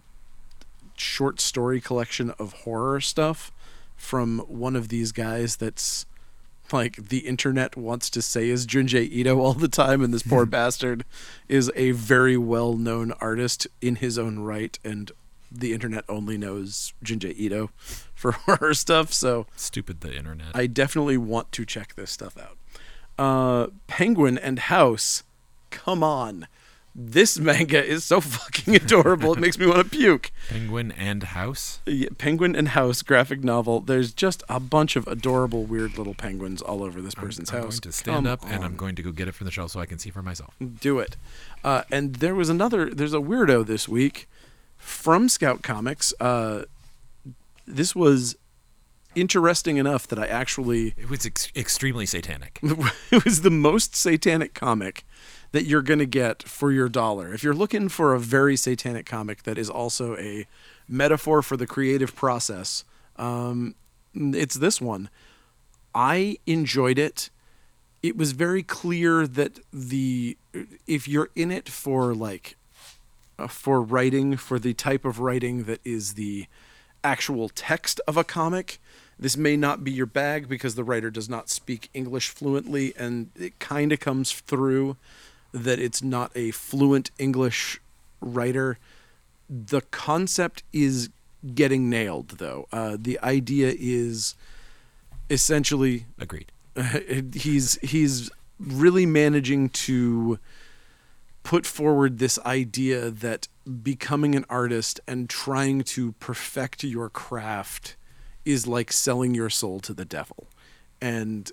Speaker 1: short story collection of horror stuff from one of these guys that's like the internet wants to say is Junji Ito all the time, and this poor bastard is a very well known artist in his own right, and the internet only knows Junji Ito for horror stuff. So
Speaker 2: Stupid the internet.
Speaker 1: I definitely want to check this stuff out. Uh, Penguin and House, come on. This manga is so fucking adorable. it makes me want to puke.
Speaker 2: Penguin and House.
Speaker 1: Yeah, Penguin and House graphic novel. There's just a bunch of adorable, weird little penguins all over this person's
Speaker 2: I'm
Speaker 1: house.
Speaker 2: going to stand
Speaker 1: Come
Speaker 2: up, and I'm
Speaker 1: on.
Speaker 2: going to go get it from the shelf so I can see for myself.
Speaker 1: do it. Uh, and there was another. There's a weirdo this week from Scout Comics. Uh, this was interesting enough that I actually
Speaker 2: It was ex- extremely satanic.
Speaker 1: it was the most satanic comic that you're going to get for your dollar. If you're looking for a very satanic comic that is also a metaphor for the creative process, um, it's this one. I enjoyed it. It was very clear that the if you're in it for like uh, for writing for the type of writing that is the actual text of a comic. This may not be your bag because the writer does not speak English fluently, and it kind of comes through that it's not a fluent English writer. The concept is getting nailed, though. Uh, the idea is essentially
Speaker 2: Agreed.
Speaker 1: he's he's really managing to put forward this idea that becoming an artist and trying to perfect your craft is like selling your soul to the devil and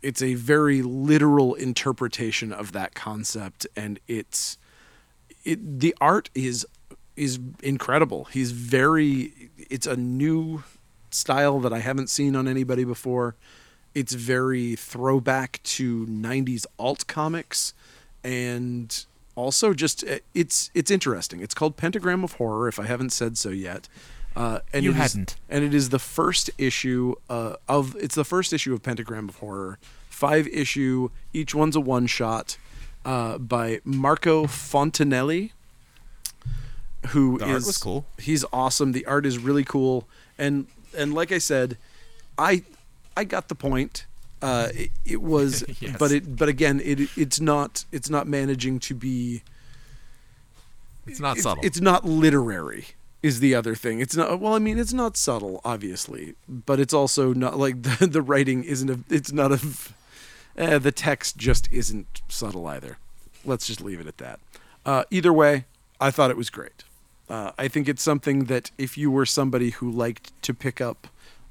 Speaker 1: it's a very literal interpretation of that concept and it's it the art is is incredible. He's very it's a new style that I haven't seen on anybody before. It's very throwback to 90s alt comics and also just uh, it's it's interesting. It's called Pentagram of Horror if I haven't said so yet. Uh, and
Speaker 2: You
Speaker 1: it is-
Speaker 2: hadn't.
Speaker 1: and it is the first issue uh, of it's the first issue of Pentagram of Horror, five issue. Each one's a one shot uh, by Marco Fontanelli, who is
Speaker 2: The art was cool.
Speaker 1: He's awesome. The art is really cool, and and like I said, I I got the point. Uh, it, it was,
Speaker 2: Yes.
Speaker 1: but it but again, it it's not it's not managing to be
Speaker 2: It's not
Speaker 1: it's,
Speaker 2: subtle.
Speaker 1: it's not literary. is the other thing. It's not well. I mean, it's not subtle, obviously, but it's also not like the, the writing isn't. A, it's not a. Eh, the text just isn't subtle either. Let's just leave it at that. Uh, either way, I thought it was great. Uh, I think it's something that if you were somebody who liked to pick up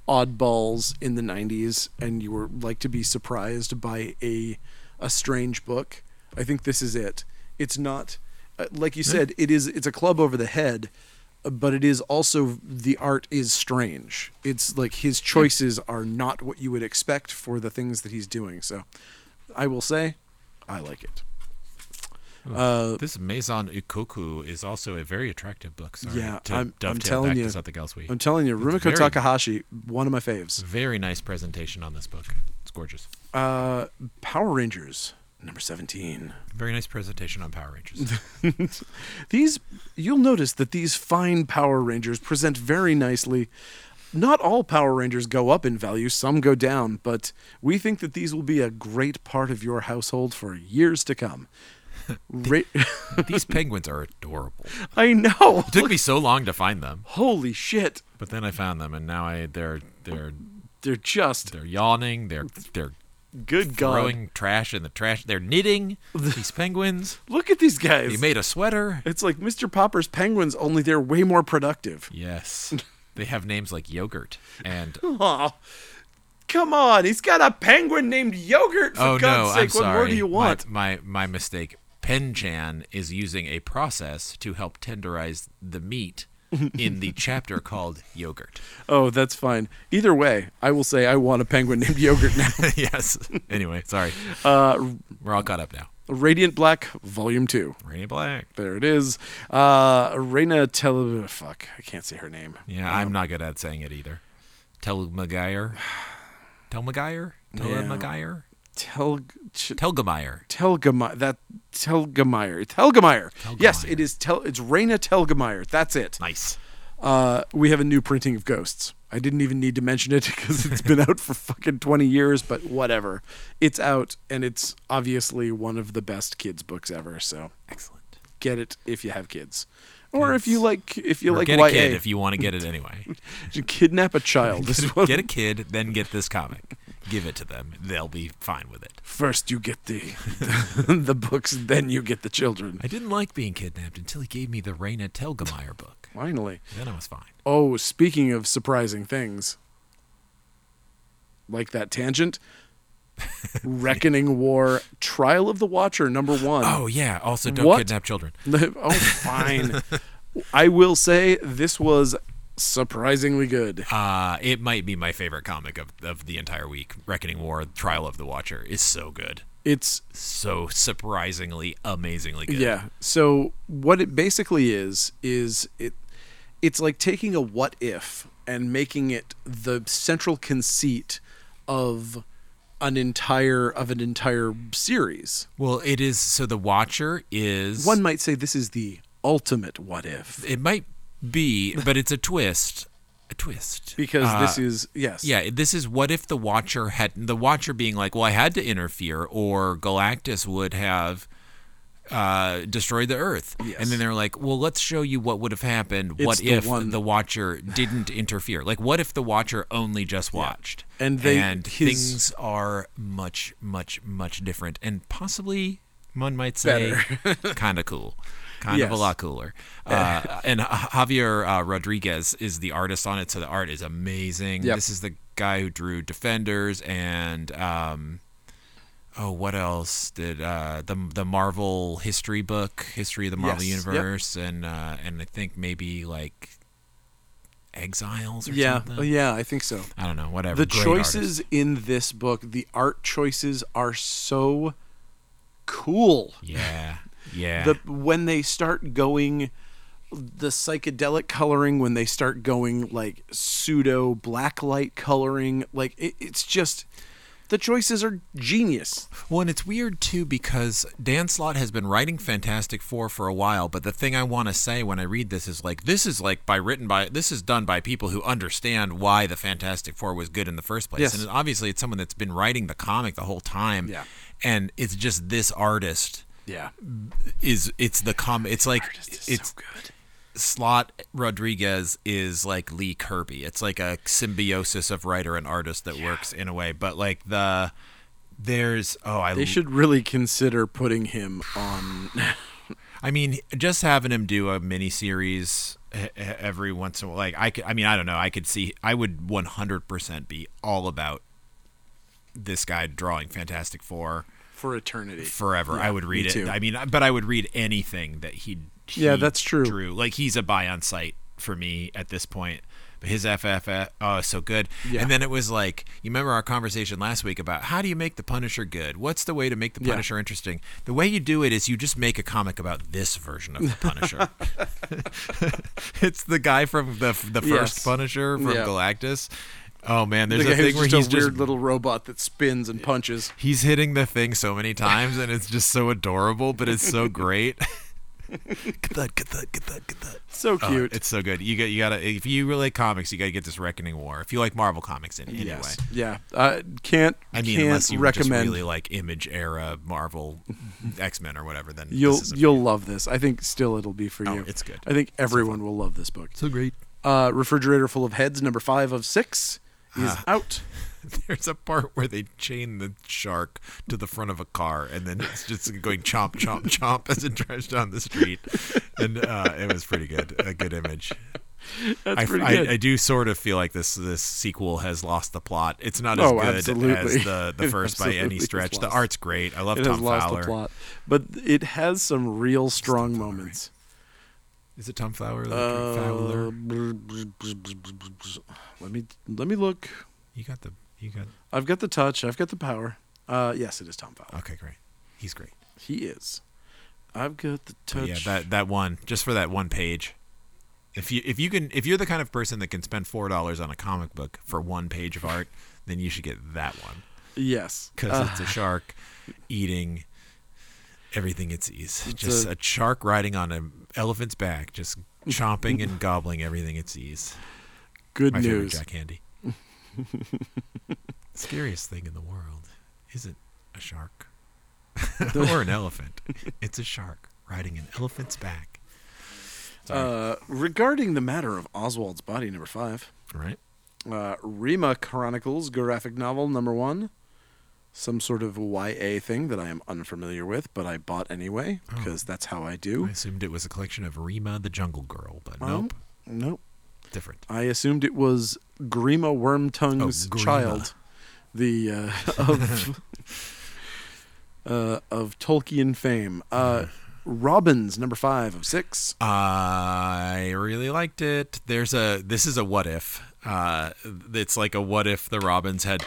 Speaker 1: oddballs in the '90s and you were like to be surprised by a a strange book, I think this is it. It's not uh, like you said. It is. It's a club over the head but it is also the art is strange. It's like his choices are not what you would expect for the things that he's doing. So I will say I like it. Uh,
Speaker 2: This Maison Ikoku is also a very attractive book. Sorry,
Speaker 1: Yeah,
Speaker 2: to
Speaker 1: I'm- I'm
Speaker 2: dovetail
Speaker 1: telling
Speaker 2: back
Speaker 1: you.
Speaker 2: to something else. We
Speaker 1: I'm telling you, Rumiko
Speaker 2: very-
Speaker 1: Takahashi, one of my faves.
Speaker 2: very nice presentation on this book. It's gorgeous.
Speaker 1: Uh, Power Rangers, number 17.
Speaker 2: Very nice presentation on Power Rangers.
Speaker 1: These, you'll notice that these fine Power Rangers present very nicely. Not all Power Rangers go up in value, some go down, but we think that these will be a great part of your household for years to come. Ra-
Speaker 2: These penguins are adorable.
Speaker 1: I know!
Speaker 2: It took me so long to find them,
Speaker 1: Holy shit!
Speaker 2: but then I found them, and now I they're they're
Speaker 1: They're just
Speaker 2: they're yawning. They're they're
Speaker 1: good god.
Speaker 2: throwing trash in the trash. They're knitting. These penguins.
Speaker 1: Look at these
Speaker 2: They
Speaker 1: guys!
Speaker 2: made a sweater.
Speaker 1: it's like Mr. Popper's penguins, only they're way more productive.
Speaker 2: Yes. They have names like yogurt and
Speaker 1: Aw. Come on, he's got a penguin named Yogurt. For
Speaker 2: oh no,
Speaker 1: God's
Speaker 2: I'm
Speaker 1: sake, what
Speaker 2: sorry.
Speaker 1: more do you want?
Speaker 2: My, my my mistake. Penchan is using a process to help tenderize the meat in the chapter called yogurt.
Speaker 1: Oh, that's fine. Either way, I will say I want a penguin named Yogurt now.
Speaker 2: yes. Anyway, sorry.
Speaker 1: Uh,
Speaker 2: We're all caught up now.
Speaker 1: Radiant Black, Volume 2.
Speaker 2: Rainy Black.
Speaker 1: There it is. Uh, Reina Tel. Fuck, I can't say her name.
Speaker 2: Yeah, I'm not good at saying it either. Telmageyer. Telmageyer? Telmageyer?
Speaker 1: Tel. Ch-
Speaker 2: Telgemeyer.
Speaker 1: Telgemeyer. That Telgemeyer. Telgemeyer. Yes,
Speaker 2: Telgemeier.
Speaker 1: it is. Tel. It's Reina Telgemeyer. That's it.
Speaker 2: Nice.
Speaker 1: Uh, we have a new printing of Ghosts. I didn't even need to mention it because it's been out for fucking 20 years, but whatever. It's out, and it's obviously one of the best kids' books ever. So
Speaker 2: Excellent.
Speaker 1: get it if you have kids, or if you like if you
Speaker 2: Or
Speaker 1: like
Speaker 2: get
Speaker 1: YA.
Speaker 2: a kid if you want to get it anyway.
Speaker 1: Kidnap a child. This one.
Speaker 2: get a kid, then get this comic. Give it to them. They'll be fine with it.
Speaker 1: First you get the the books, then you get the children.
Speaker 2: I didn't like being kidnapped until he gave me the Raina Telgemeier book.
Speaker 1: Finally.
Speaker 2: Then I was fine.
Speaker 1: Oh, speaking of surprising things, like that tangent, Reckoning War, Trial of the Watcher, number one.
Speaker 2: Oh yeah. Also, don't
Speaker 1: Um, What?
Speaker 2: kidnap children.
Speaker 1: oh fine. I will say this was surprisingly good.
Speaker 2: Uh, it might be my favorite comic of, of the entire week. Reckoning War, Trial of the Watcher is so good.
Speaker 1: It's
Speaker 2: So surprisingly, amazingly good.
Speaker 1: Yeah. So what it basically is is it it's like taking a what if and making it the central conceit of an entire of an entire series.
Speaker 2: Well, it is. So the Watcher is
Speaker 1: One might say this is the ultimate what if
Speaker 2: It might be, but it's a twist. A twist.
Speaker 1: because
Speaker 2: Uh,
Speaker 1: this is yes.
Speaker 2: Yeah, this is what if the Watcher had the Watcher being like, well, I had to interfere, or Galactus would have uh, destroyed the Earth.
Speaker 1: Yes.
Speaker 2: And then they're like, well, let's show you what would have happened. what
Speaker 1: the
Speaker 2: if
Speaker 1: one-
Speaker 2: the Watcher didn't interfere? Like, what if the Watcher only just watched?
Speaker 1: And they-
Speaker 2: and
Speaker 1: his-
Speaker 2: things are much, much, much different, and possibly one might say, kind of cool. Kind of a
Speaker 1: Yes.
Speaker 2: lot cooler. Uh, and Javier uh, Rodriguez is the artist on it, so the art is amazing.
Speaker 1: Yep.
Speaker 2: This is the guy who drew Defenders and um, oh, what else did uh, the the Marvel history book, History of the Marvel
Speaker 1: Yes, yep.
Speaker 2: Universe, and uh, and I think maybe like Exiles or
Speaker 1: Yeah,
Speaker 2: something.
Speaker 1: yeah, I think so.
Speaker 2: I don't know,
Speaker 1: The
Speaker 2: whatever. Great artist.
Speaker 1: choices in this book, the art choices are so cool.
Speaker 2: Yeah, yeah.
Speaker 1: the when they start going the psychedelic coloring when they start going like pseudo blacklight coloring like it, it's just the choices are genius
Speaker 2: Well, and it's weird too because Dan Slott has been writing Fantastic Four for a while, but the thing I want to say when I read this is like this is like by written by this is done by people who understand why the Fantastic Four was good in the first place,
Speaker 1: Yes.
Speaker 2: and obviously it's someone that's been writing the comic the whole time,
Speaker 1: Yeah.
Speaker 2: and it's just this artist
Speaker 1: yeah
Speaker 2: is it's the com it's like
Speaker 1: it's
Speaker 2: it's
Speaker 1: so good
Speaker 2: Slot Rodriguez is like Lee Kirby. It's like a symbiosis of writer and artist that works in a way. But like the there's oh I
Speaker 1: They should really consider putting him on.
Speaker 2: I mean, just having him do a mini series every once in a while, like I could, I mean, I don't know. I could see, I would 100% be all about this guy drawing Fantastic Four
Speaker 1: for eternity.
Speaker 2: forever. I would read
Speaker 1: me
Speaker 2: it.
Speaker 1: too.
Speaker 2: I mean, but I would read anything that he, he
Speaker 1: Yeah, that's true.
Speaker 2: Drew. Like he's a buy on site for me at this point. But his FFF, oh, so good.
Speaker 1: Yeah.
Speaker 2: And then it was like, you remember our conversation last week about how do you make the Punisher good? What's the way to make the
Speaker 1: Yeah.
Speaker 2: Punisher interesting? The way you do it is you just make a comic about this version of the Punisher. it's the guy from the the first
Speaker 1: Yes.
Speaker 2: Punisher from
Speaker 1: Yeah.
Speaker 2: Galactus. Oh man, there's
Speaker 1: the
Speaker 2: a
Speaker 1: guy who's
Speaker 2: thing
Speaker 1: just
Speaker 2: where
Speaker 1: a
Speaker 2: he's
Speaker 1: weird
Speaker 2: just
Speaker 1: little robot that spins and punches.
Speaker 2: he's hitting the thing so many times and it's just so adorable but it's so great get that get that get that get that
Speaker 1: So
Speaker 2: Oh,
Speaker 1: cute.
Speaker 2: it's so good you got you gotta if you really like comics you gotta get this reckoning war if you like marvel comics in anyway
Speaker 1: Yes. Yeah. Uh, can't.
Speaker 2: i mean
Speaker 1: can't
Speaker 2: unless you
Speaker 1: recommend.
Speaker 2: just really like image era marvel x-men or whatever then
Speaker 1: you'll
Speaker 2: this is a-
Speaker 1: you'll love this. I think still it'll be for
Speaker 2: Oh,
Speaker 1: you.
Speaker 2: it's good.
Speaker 1: I think everyone will love this book.
Speaker 2: so great
Speaker 1: Uh, Refrigerator full of heads, number five of six, is out.
Speaker 2: there's a part where they chain the shark to the front of a car and then it's just going chomp chomp chomp as it drives down the street and uh, it was pretty good a good image
Speaker 1: That's
Speaker 2: I,
Speaker 1: pretty
Speaker 2: I-
Speaker 1: good.
Speaker 2: I do sort of feel like this this sequel has lost the plot. It's not as
Speaker 1: Oh,
Speaker 2: good
Speaker 1: absolutely.
Speaker 2: as the, the
Speaker 1: It
Speaker 2: first by
Speaker 1: absolutely
Speaker 2: any
Speaker 1: has
Speaker 2: stretch. The
Speaker 1: lost-
Speaker 2: art's great. I love
Speaker 1: it
Speaker 2: Tom
Speaker 1: has lost
Speaker 2: Fowler.
Speaker 1: the plot, but it has some real strong moments.
Speaker 2: Is it Tom Fowler? Like,
Speaker 1: Uh,
Speaker 2: Fowler?
Speaker 1: let me let me look.
Speaker 2: You got the you got
Speaker 1: I've got the touch. I've got the power. Uh, yes, it is Tom Fowler.
Speaker 2: okay, great. He's great.
Speaker 1: He is. I've got the
Speaker 2: But
Speaker 1: touch.
Speaker 2: yeah, that that one just for that one page. If you if you can if you're the kind of person that can spend four dollars on a comic book for one page of art, then you should get that one
Speaker 1: yes,
Speaker 2: because
Speaker 1: Uh,
Speaker 2: it's a shark eating everything it sees. Just
Speaker 1: a-
Speaker 2: a, shark riding on an elephant's back, just chomping and gobbling everything it sees.
Speaker 1: good
Speaker 2: My favorite
Speaker 1: news.
Speaker 2: Jack Handy. Scariest thing in the world isn't a shark or an elephant. It's a shark riding an elephant's back. Sorry.
Speaker 1: Uh, regarding the matter of Oswald's body, number five,
Speaker 2: right?
Speaker 1: uh, Rima Chronicles graphic novel number one, some sort of YA thing that I am unfamiliar with, but I bought anyway
Speaker 2: Oh.
Speaker 1: because that's how I do.
Speaker 2: I assumed it was a collection of Rima the Jungle Girl, but nope,
Speaker 1: Um, nope.
Speaker 2: different.
Speaker 1: I assumed it was Grima Wormtongue's
Speaker 2: Oh, Grima.
Speaker 1: child, the uh, of uh, of Tolkien fame. Uh, Robbins, number five of six.
Speaker 2: I really liked it. There's a this is a what if. Uh, it's like a what if the Robins had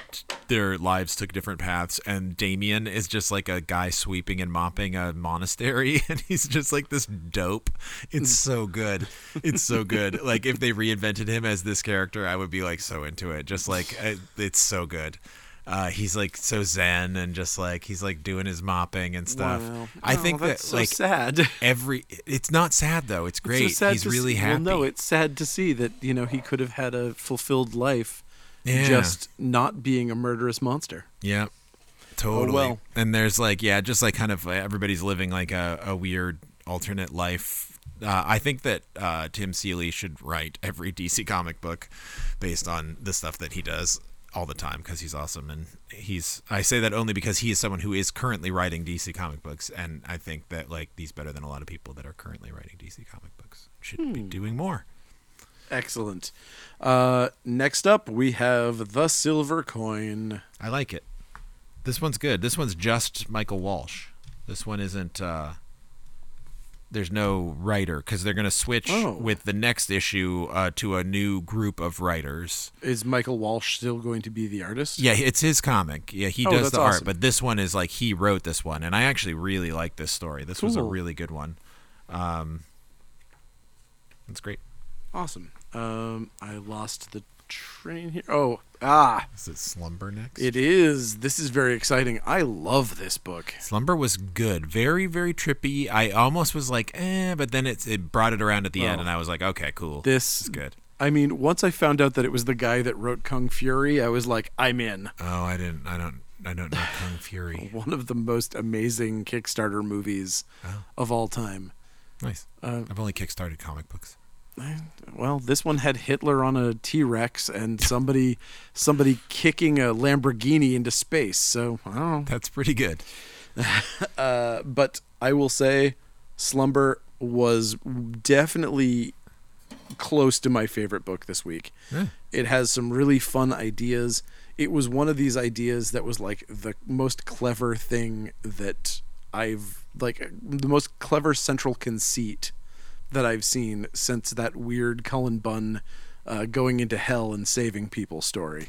Speaker 2: their lives took different paths, and Damien is just like a guy sweeping and mopping a monastery, and he's just like this dope. It's so good. It's so good. like if they reinvented him as this character, I would be like so into it. Just like I, it's so good. Uh, he's like so zen and just like he's like doing his mopping and stuff.
Speaker 1: Wow.
Speaker 2: I
Speaker 1: Oh,
Speaker 2: think
Speaker 1: that's
Speaker 2: that
Speaker 1: so
Speaker 2: like
Speaker 1: sad.
Speaker 2: every it's not sad though it's
Speaker 1: It's
Speaker 2: great
Speaker 1: just sad
Speaker 2: he's
Speaker 1: to
Speaker 2: really
Speaker 1: see,
Speaker 2: happy
Speaker 1: Well, no, it's sad to see that you know he could have had a fulfilled life,
Speaker 2: Yeah.
Speaker 1: just not being a murderous monster.
Speaker 2: yeah totally
Speaker 1: Oh, well.
Speaker 2: and there's like yeah just like kind of like, everybody's living like a, a weird alternate life uh, i think that uh, tim seeley should write every dc comic book based on the stuff that he does all the time because he's awesome and he's i say that only because he is someone who is currently writing dc comic books and i think that like he's better than a lot of people that are currently writing dc comic books should be
Speaker 1: Hmm.
Speaker 2: doing more
Speaker 1: Excellent. Uh, next up, we have the silver coin.
Speaker 2: I like it. This one's good. This one's just Michael Walsh. This one isn't. Uh, there's no writer because they're going to switch
Speaker 1: Oh.
Speaker 2: with the next issue uh, to a new group of writers.
Speaker 1: Is Michael Walsh still going to be the artist?
Speaker 2: Yeah, it's his comic. Yeah, he
Speaker 1: Oh,
Speaker 2: does
Speaker 1: that's
Speaker 2: the
Speaker 1: awesome.
Speaker 2: art, but this one is like he wrote this one, and I actually really like this story. This was a
Speaker 1: Cool.
Speaker 2: really good one. Um, that's great.
Speaker 1: Awesome. Um, I lost the train here. Oh, ah,
Speaker 2: Is it Slumber next?
Speaker 1: it is. This is very exciting. I love this book.
Speaker 2: Slumber was good, very very trippy. I almost was like, eh, but then it it brought it around at the end,
Speaker 1: Oh.
Speaker 2: and I was like, okay, cool.
Speaker 1: This
Speaker 2: is good.
Speaker 1: I mean, once I found out that it was the guy that wrote Kung Fury, I was like, I'm in.
Speaker 2: Oh, I didn't. I don't. I don't know Kung Fury.
Speaker 1: One of the most amazing Kickstarter movies of all time.
Speaker 2: Nice.
Speaker 1: Uh,
Speaker 2: I've only kickstarted comic books.
Speaker 1: Well, this one had Hitler on a T Rex and somebody somebody kicking a Lamborghini into space. So I don't know.
Speaker 2: That's pretty good.
Speaker 1: Uh, but I will say, Slumber was definitely close to my favorite book this week.
Speaker 2: Yeah.
Speaker 1: It has some really fun ideas. It was one of these ideas that was like the most clever thing that I've like the most clever central conceit that I've seen since that weird Cullen Bunn uh, going into hell and saving people story.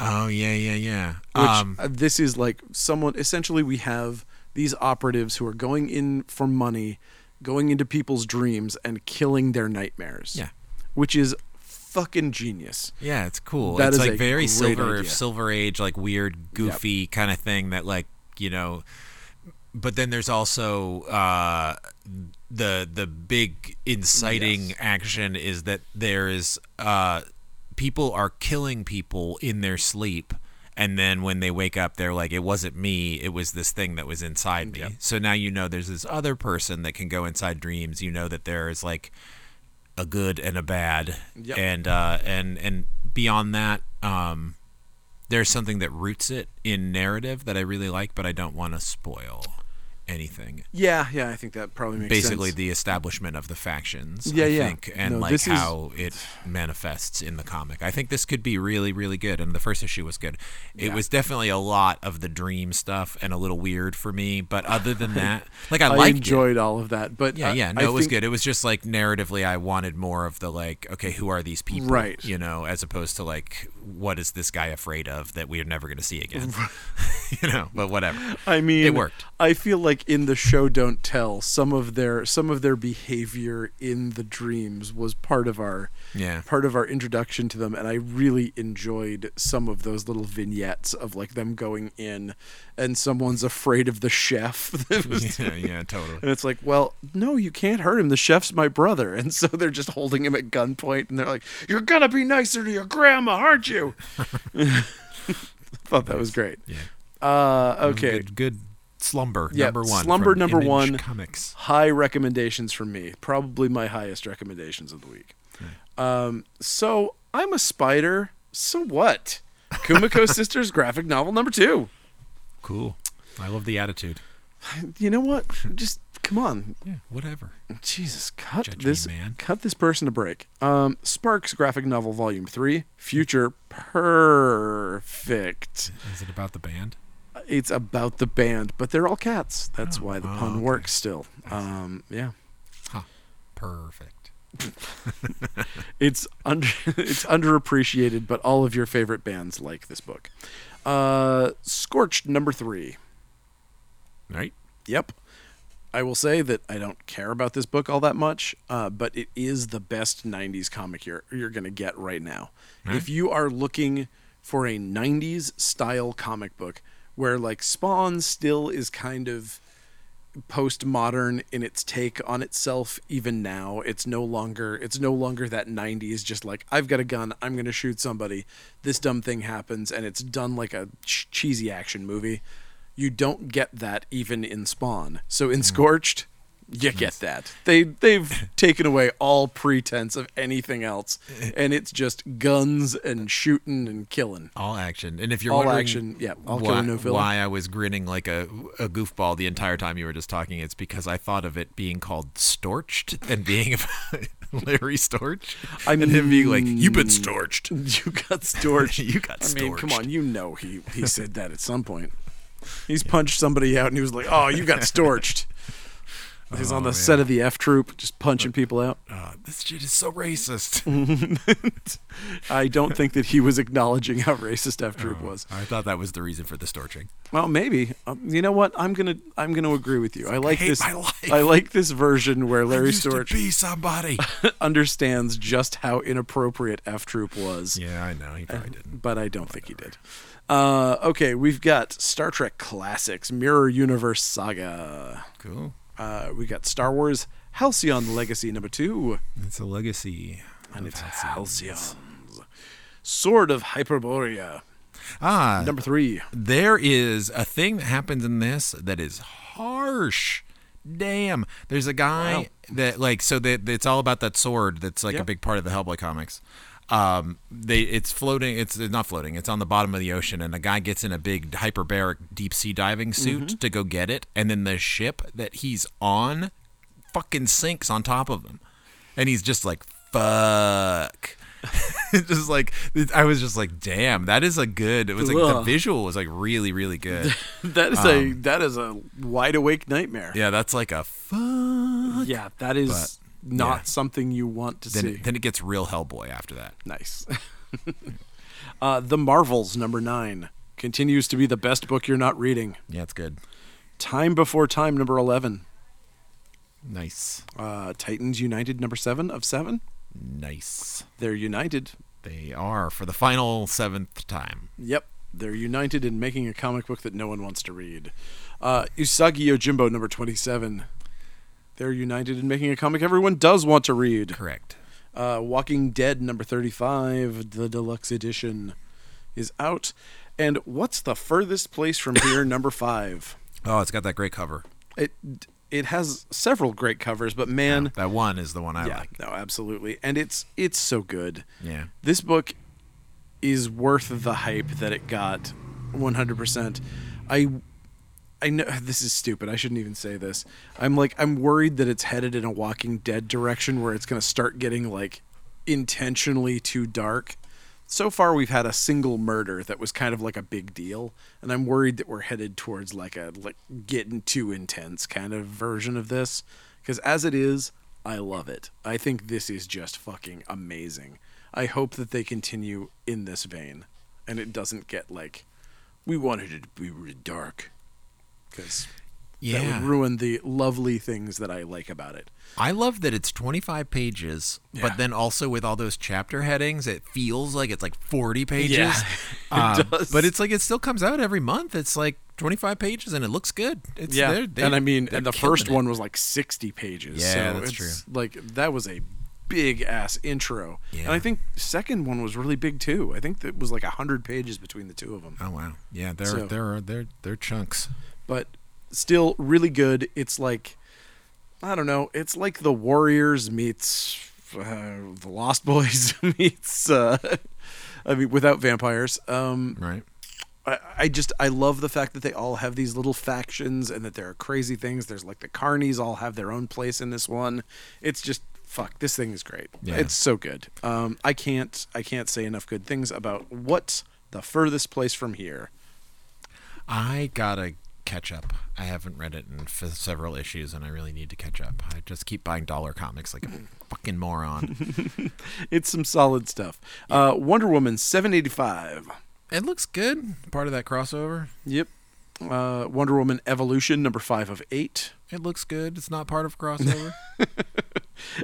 Speaker 2: Oh yeah, yeah, yeah.
Speaker 1: Which
Speaker 2: um,
Speaker 1: uh, this is like someone essentially we have these operatives who are going in for money, going into people's dreams and killing their nightmares.
Speaker 2: Yeah.
Speaker 1: Which is fucking genius.
Speaker 2: yeah, it's cool.
Speaker 1: That
Speaker 2: it's
Speaker 1: is
Speaker 2: like
Speaker 1: a
Speaker 2: very
Speaker 1: great
Speaker 2: silver
Speaker 1: idea.
Speaker 2: silver age, like weird, goofy kind of thing that like, you know but then there's also uh the the big inciting action is that there is uh people are killing people in their sleep and then when they wake up they're like it wasn't me it was this thing that was inside me so now you know there's this other person that can go inside dreams you know that there is like a good and a bad
Speaker 1: Yep.
Speaker 2: and uh and and beyond that um there's something that roots it in narrative that I really like, but I don't want to spoil anything.
Speaker 1: Yeah, yeah, I think that probably makes
Speaker 2: Basically,
Speaker 1: sense.
Speaker 2: the establishment of the factions,
Speaker 1: Yeah,
Speaker 2: I
Speaker 1: yeah.
Speaker 2: think, and
Speaker 1: No,
Speaker 2: like
Speaker 1: this is-
Speaker 2: how it manifests in the comic. I think this could be really, really good, and the first issue was good. It
Speaker 1: Yeah.
Speaker 2: was definitely a lot of the dream stuff and a little weird for me, but other than that, like I,
Speaker 1: I,
Speaker 2: liked it.
Speaker 1: enjoyed all of that, but
Speaker 2: Yeah,
Speaker 1: I-
Speaker 2: yeah. No,
Speaker 1: I
Speaker 2: it was
Speaker 1: think-
Speaker 2: good. It was just like narratively, I wanted more of the like, okay, who are these people?
Speaker 1: Right.
Speaker 2: You know, as opposed to like, what is this guy afraid of that we are never going to see again? you know, but whatever.
Speaker 1: I mean,
Speaker 2: It worked.
Speaker 1: I feel like in the show don't tell, some of their some of their behavior in the dreams was part of our
Speaker 2: Yeah.
Speaker 1: part of our introduction to them, and I really enjoyed some of those little vignettes of like them going in, and someone's afraid of the chef. That was-
Speaker 2: yeah, yeah, totally.
Speaker 1: And it's like, well, no, you can't hurt him. The chef's my brother. And so they're just holding him at gunpoint and they're like, You're going to be nicer to your grandma, aren't you? Thought that was great.
Speaker 2: Yeah.
Speaker 1: Uh, okay.
Speaker 2: Good, good slumber
Speaker 1: Yeah,
Speaker 2: number one.
Speaker 1: Slumber
Speaker 2: from
Speaker 1: number
Speaker 2: Image
Speaker 1: one.
Speaker 2: Comics.
Speaker 1: High recommendations from me. Probably my highest recommendations of the week.
Speaker 2: Hmm.
Speaker 1: Um, so I'm a spider. So what? Kumiko Sisters graphic novel number two.
Speaker 2: Cool. I love the attitude.
Speaker 1: You know what? Just come on.
Speaker 2: Yeah. Whatever.
Speaker 1: Jesus, cut
Speaker 2: Judge me,
Speaker 1: this
Speaker 2: man.
Speaker 1: cut this person a break. Um, Sparks graphic novel volume three, future perfect.
Speaker 2: Is it about the band?
Speaker 1: It's about the band, but they're all cats. That's
Speaker 2: Oh,
Speaker 1: why the
Speaker 2: oh,
Speaker 1: pun
Speaker 2: okay.
Speaker 1: works still. Um, yeah,
Speaker 2: Huh. Perfect.
Speaker 1: it's under it's underappreciated, but all of your favorite bands like this book. Uh, Scorched number three.
Speaker 2: Right.
Speaker 1: Yep. I will say that I don't care about this book all that much, uh, but it is the best 90s comic you're, you're going to get right now. If you are looking for a 90s style comic book where, like, Spawn still is kind of postmodern in its take on itself even now it's no longer it's no longer that 90s just like i've got a gun i'm going to shoot somebody this dumb thing happens and it's done like a ch- cheesy action movie you don't get that even in spawn so
Speaker 2: Mm.
Speaker 1: in scorched you get that they they've taken away all pretense of anything else and it's just guns and shooting and killing
Speaker 2: All action. And if you're
Speaker 1: All
Speaker 2: wondering
Speaker 1: action, yeah, all killer,
Speaker 2: why,
Speaker 1: no filler.
Speaker 2: why I was grinning like a, a goofball the entire time you were just talking, it's because I thought of it being called Storched and being about Larry Storch.
Speaker 1: I
Speaker 2: and him being like,
Speaker 1: mean-
Speaker 2: You've been storched.
Speaker 1: you got scorched
Speaker 2: you got
Speaker 1: I
Speaker 2: storched.
Speaker 1: mean, come on, you know he he said that at some point. He's punched somebody out, and he was like, "Oh, you got storched." He's on the
Speaker 2: Oh,
Speaker 1: set of the F Troop, just punching people out.
Speaker 2: Uh, this shit is so racist.
Speaker 1: Mm-hmm. I don't think that he was acknowledging how racist F Troop was.
Speaker 2: I thought that was the reason for the storching.
Speaker 1: Well, maybe. Um, you know what? I'm gonna I'm gonna agree with you. I like
Speaker 2: hate
Speaker 1: this.
Speaker 2: my life.
Speaker 1: I like this version where Larry
Speaker 2: Used to
Speaker 1: Storch
Speaker 2: be somebody.
Speaker 1: understands just how inappropriate F Troop was.
Speaker 2: yeah, I know. He probably didn't.
Speaker 1: but I don't think he did. Uh, okay, we've got Star Trek Classics, Mirror Universe Saga.
Speaker 2: Cool.
Speaker 1: Uh, we got Star Wars Halcyon Legacy number two,
Speaker 2: It's a legacy.
Speaker 1: and
Speaker 2: of
Speaker 1: it's
Speaker 2: Halcyons.
Speaker 1: Halcyon's Sword of Hyperborea
Speaker 2: Ah,
Speaker 1: number three.
Speaker 2: there is a thing that happens in this that is harsh. damn. There's a guy
Speaker 1: Wow.
Speaker 2: that like so that it's all about that sword that's like
Speaker 1: Yeah.
Speaker 2: a big part of the Hellboy comics. Um, they it's floating. It's not floating. It's on the bottom of the ocean, and a guy gets in a big hyperbaric deep sea diving suit
Speaker 1: Mm-hmm.
Speaker 2: to go get it, and then the ship that he's on fucking sinks on top of him, and he's just like fuck. just like I was just like, damn, that is a good. It was like the
Speaker 1: Ugh.
Speaker 2: visual was like really, really good.
Speaker 1: That is a that is a wide awake nightmare.
Speaker 2: yeah, that's like a fuck.
Speaker 1: Yeah, that is
Speaker 2: But,
Speaker 1: not
Speaker 2: yeah.
Speaker 1: something you want to
Speaker 2: then
Speaker 1: see.
Speaker 2: it, then it gets real Hellboy after that.
Speaker 1: nice. uh, the Marvels number nine continues to be the best book you're not reading.
Speaker 2: Yeah, it's good.
Speaker 1: Time Before Time number eleven.
Speaker 2: Nice,
Speaker 1: Uh, Titans United number seven of seven.
Speaker 2: nice.
Speaker 1: They're united.
Speaker 2: They are for the final seventh time.
Speaker 1: Yep, they're united in making a comic book that no one wants to read. Uh, Usagi Yojimbo number twenty-seven. They're united in making a comic everyone does want to read.
Speaker 2: Correct.
Speaker 1: Uh, Walking Dead number 35, the deluxe edition, is out. And what's the furthest place from here? number five.
Speaker 2: Oh, it's got that great cover.
Speaker 1: It it has several great covers, but man,
Speaker 2: That one is the one I
Speaker 1: yeah,
Speaker 2: like.
Speaker 1: no, absolutely, and it's it's so good.
Speaker 2: Yeah.
Speaker 1: This book is worth the hype that it got, 100%. I I know this is stupid. I shouldn't even say this. I'm like I'm worried that it's headed in a Walking Dead direction where it's going to start getting like intentionally too dark. So far we've had a single murder that was kind of like a big deal, and I'm worried that we're headed towards like a like getting too intense kind of version of this cuz as it is, I love it. I think this is just fucking amazing. I hope that they continue in this vein and it doesn't get like we wanted it to be really dark because
Speaker 2: Yeah.
Speaker 1: that would ruin the lovely things that I like about it.
Speaker 2: I love that it's 25 pages,
Speaker 1: Yeah.
Speaker 2: but then also with all those chapter headings, it feels like it's like 40 pages.
Speaker 1: Yeah, it
Speaker 2: Um,
Speaker 1: does.
Speaker 2: But it's like it still comes out every month. It's like 25 pages and it looks good. It's they're- they-
Speaker 1: and I mean,
Speaker 2: they're
Speaker 1: and the
Speaker 2: killing
Speaker 1: first
Speaker 2: it.
Speaker 1: one was like sixty pages.
Speaker 2: Yeah,
Speaker 1: so
Speaker 2: that's
Speaker 1: it's
Speaker 2: true.
Speaker 1: Like that was a big ass intro, and
Speaker 2: Yeah.
Speaker 1: I think second one was really big too. I think that was like hundred pages between the two of them.
Speaker 2: Oh wow. Yeah, they're
Speaker 1: So-
Speaker 2: they're they're they're chunks.
Speaker 1: but still really good. It's like I don't know. It's like the Warriors meets uh, the Lost Boys meets. Uh, I mean, without vampires. Um,
Speaker 2: Right.
Speaker 1: I, I just I love the fact that they all have these little factions and that there are crazy things. There's like the carnies all have their own place in this one. It's just fuck. This thing is great.
Speaker 2: Yeah.
Speaker 1: It's so good. Um, I can't I can't say enough good things about what the furthest place from here.
Speaker 2: I gotta catch up. I haven't read it in f- several issues, and I really need to catch up. I just keep buying dollar comics like a fucking moron.
Speaker 1: It's some solid stuff. Uh, Wonder Woman 785.
Speaker 2: it looks good. Part of that crossover.
Speaker 1: Yep. Uh, Wonder Woman Evolution number 5 of 8.
Speaker 2: It looks good. It's not part of crossover.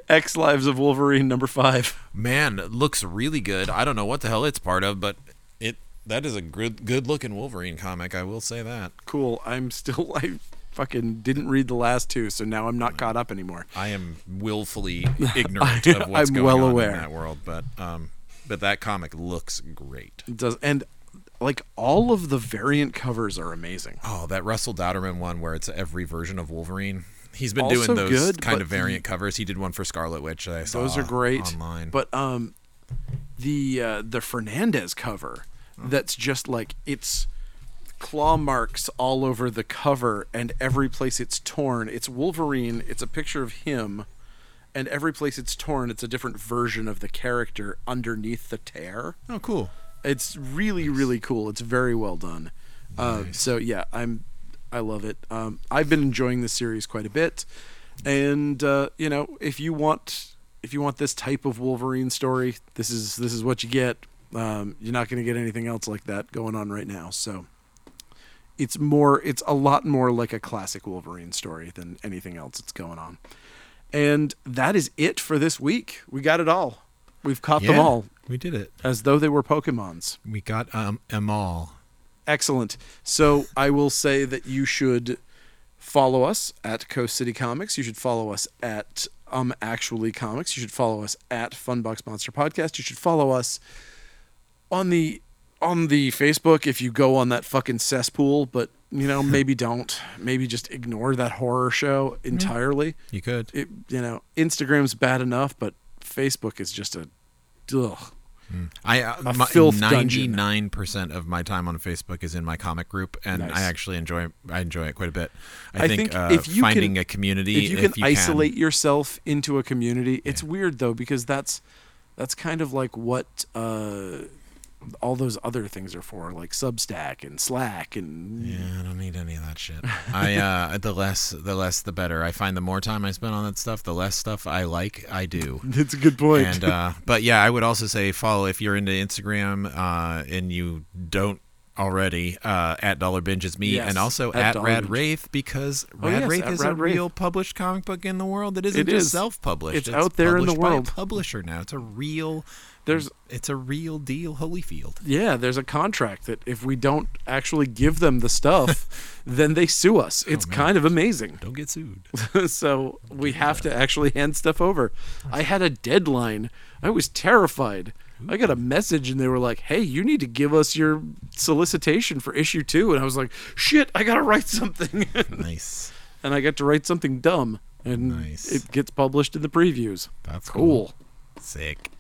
Speaker 1: X Lives of Wolverine number 5.
Speaker 2: Man, it looks really good. I don't know what the hell it's part of, but it that is a good good looking Wolverine comic. I will say that.
Speaker 1: Cool. I'm still I fucking didn't read the last two, so now I'm not caught up anymore.
Speaker 2: I am willfully ignorant of what's
Speaker 1: I'm
Speaker 2: going
Speaker 1: well
Speaker 2: on
Speaker 1: aware.
Speaker 2: in that world, but um, but that comic looks great.
Speaker 1: It does and like all of the variant covers are amazing.
Speaker 2: Oh, that Russell Dodderman one where it's every version of Wolverine. He's been
Speaker 1: Also
Speaker 2: doing those
Speaker 1: good,
Speaker 2: kind
Speaker 1: but
Speaker 2: of variant covers. He did one for Scarlet Witch that I saw.
Speaker 1: Those are great.
Speaker 2: online.
Speaker 1: But um the uh, the Fernandez cover that's just like it's claw marks all over the cover and every place it's torn it's Wolverine it's a picture of him and every place it's torn it's a different version of the character underneath the tear
Speaker 2: oh, cool.
Speaker 1: it's really really cool it's very well done uh, so yeah i'm i love it um, i've been enjoying this series quite a bit and uh, you know if you want if you want this type of wolverine story this is this is what you get um, you're not going to get anything else like that going on right now so it's more it's a lot more like a classic wolverine story than anything else that's going on and that is it for this week we got it all we've caught them all
Speaker 2: We did it.
Speaker 1: as though they were pokemons
Speaker 2: We got um them all.
Speaker 1: Excellent. So I will say that you should follow us at Coast City Comics. You should follow us at Um Actually Comics. You should follow us at Funbox Monster Podcast. You should follow us on the on the Facebook if you go on that fucking cesspool, but you know, maybe don't. Maybe just ignore that horror show entirely.
Speaker 2: You could.
Speaker 1: It, you know, Instagram's bad enough, but Facebook is just a ugh.
Speaker 2: I uh,
Speaker 1: A
Speaker 2: my,
Speaker 1: filth dungeon.
Speaker 2: 99% of my time on Facebook is in my comic group and
Speaker 1: Nice.
Speaker 2: I actually enjoy I enjoy it quite a bit. I,
Speaker 1: I
Speaker 2: think,
Speaker 1: think
Speaker 2: uh,
Speaker 1: if you
Speaker 2: finding
Speaker 1: can-
Speaker 2: a community
Speaker 1: if you can isolate yourself into a community it's weird though because that's that's kind of like what uh all those other things are for like substack and slack and
Speaker 2: Yeah, I don't need any of that shit. I uh the less the less the better. I find the more time I spend on that stuff, the less stuff I like I do.
Speaker 1: that's a good point
Speaker 2: And uh, but yeah, I would also say follow if you're into Instagram uh, and you don't already uh, at Dollar Binge is me,
Speaker 1: Yes,
Speaker 2: and also
Speaker 1: at
Speaker 2: at,
Speaker 1: Dollar
Speaker 2: Rad
Speaker 1: Binge.
Speaker 2: Wraith because
Speaker 1: Oh,
Speaker 2: Rad
Speaker 1: yes,
Speaker 2: Wraith
Speaker 1: at
Speaker 2: is a
Speaker 1: Rad Wraith.
Speaker 2: real published comic book in the world that isn't
Speaker 1: It
Speaker 2: just
Speaker 1: is.
Speaker 2: self-published.
Speaker 1: It's out there in the
Speaker 2: published by a
Speaker 1: world.
Speaker 2: publisher now. It's a real.
Speaker 1: There's-
Speaker 2: It's a real deal, Holyfield.
Speaker 1: yeah there's a contract that if we don't actually give them the stuff then they sue us it's kind of amazing
Speaker 2: Don't get sued.
Speaker 1: so we have to actually hand stuff over. I had a deadline. I was terrified. I got a message and they were like, "Hey, you need to give us your solicitation for issue 2." And I was like, "Shit, I got to write something."
Speaker 2: nice.
Speaker 1: and I got to write something dumb and
Speaker 2: Nice.
Speaker 1: it gets published in the previews.
Speaker 2: That's
Speaker 1: cool.
Speaker 2: Sick.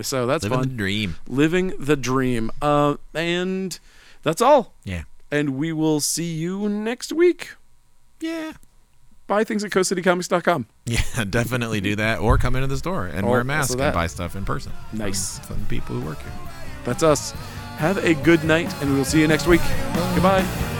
Speaker 1: So that's
Speaker 2: Living
Speaker 1: fun.
Speaker 2: the dream.
Speaker 1: Living the dream. Uh and that's all.
Speaker 2: Yeah.
Speaker 1: And we will see you next week.
Speaker 2: Yeah.
Speaker 1: Buy things at coastcitycomics.com.
Speaker 2: Yeah, definitely do that. Or come into the store and
Speaker 1: Or
Speaker 2: wear a
Speaker 1: also
Speaker 2: mask and
Speaker 1: that.
Speaker 2: buy stuff in person. from-
Speaker 1: Nice.
Speaker 2: From the people who work here.
Speaker 1: That's us. Have a good night, and we'll see you next week. Goodbye.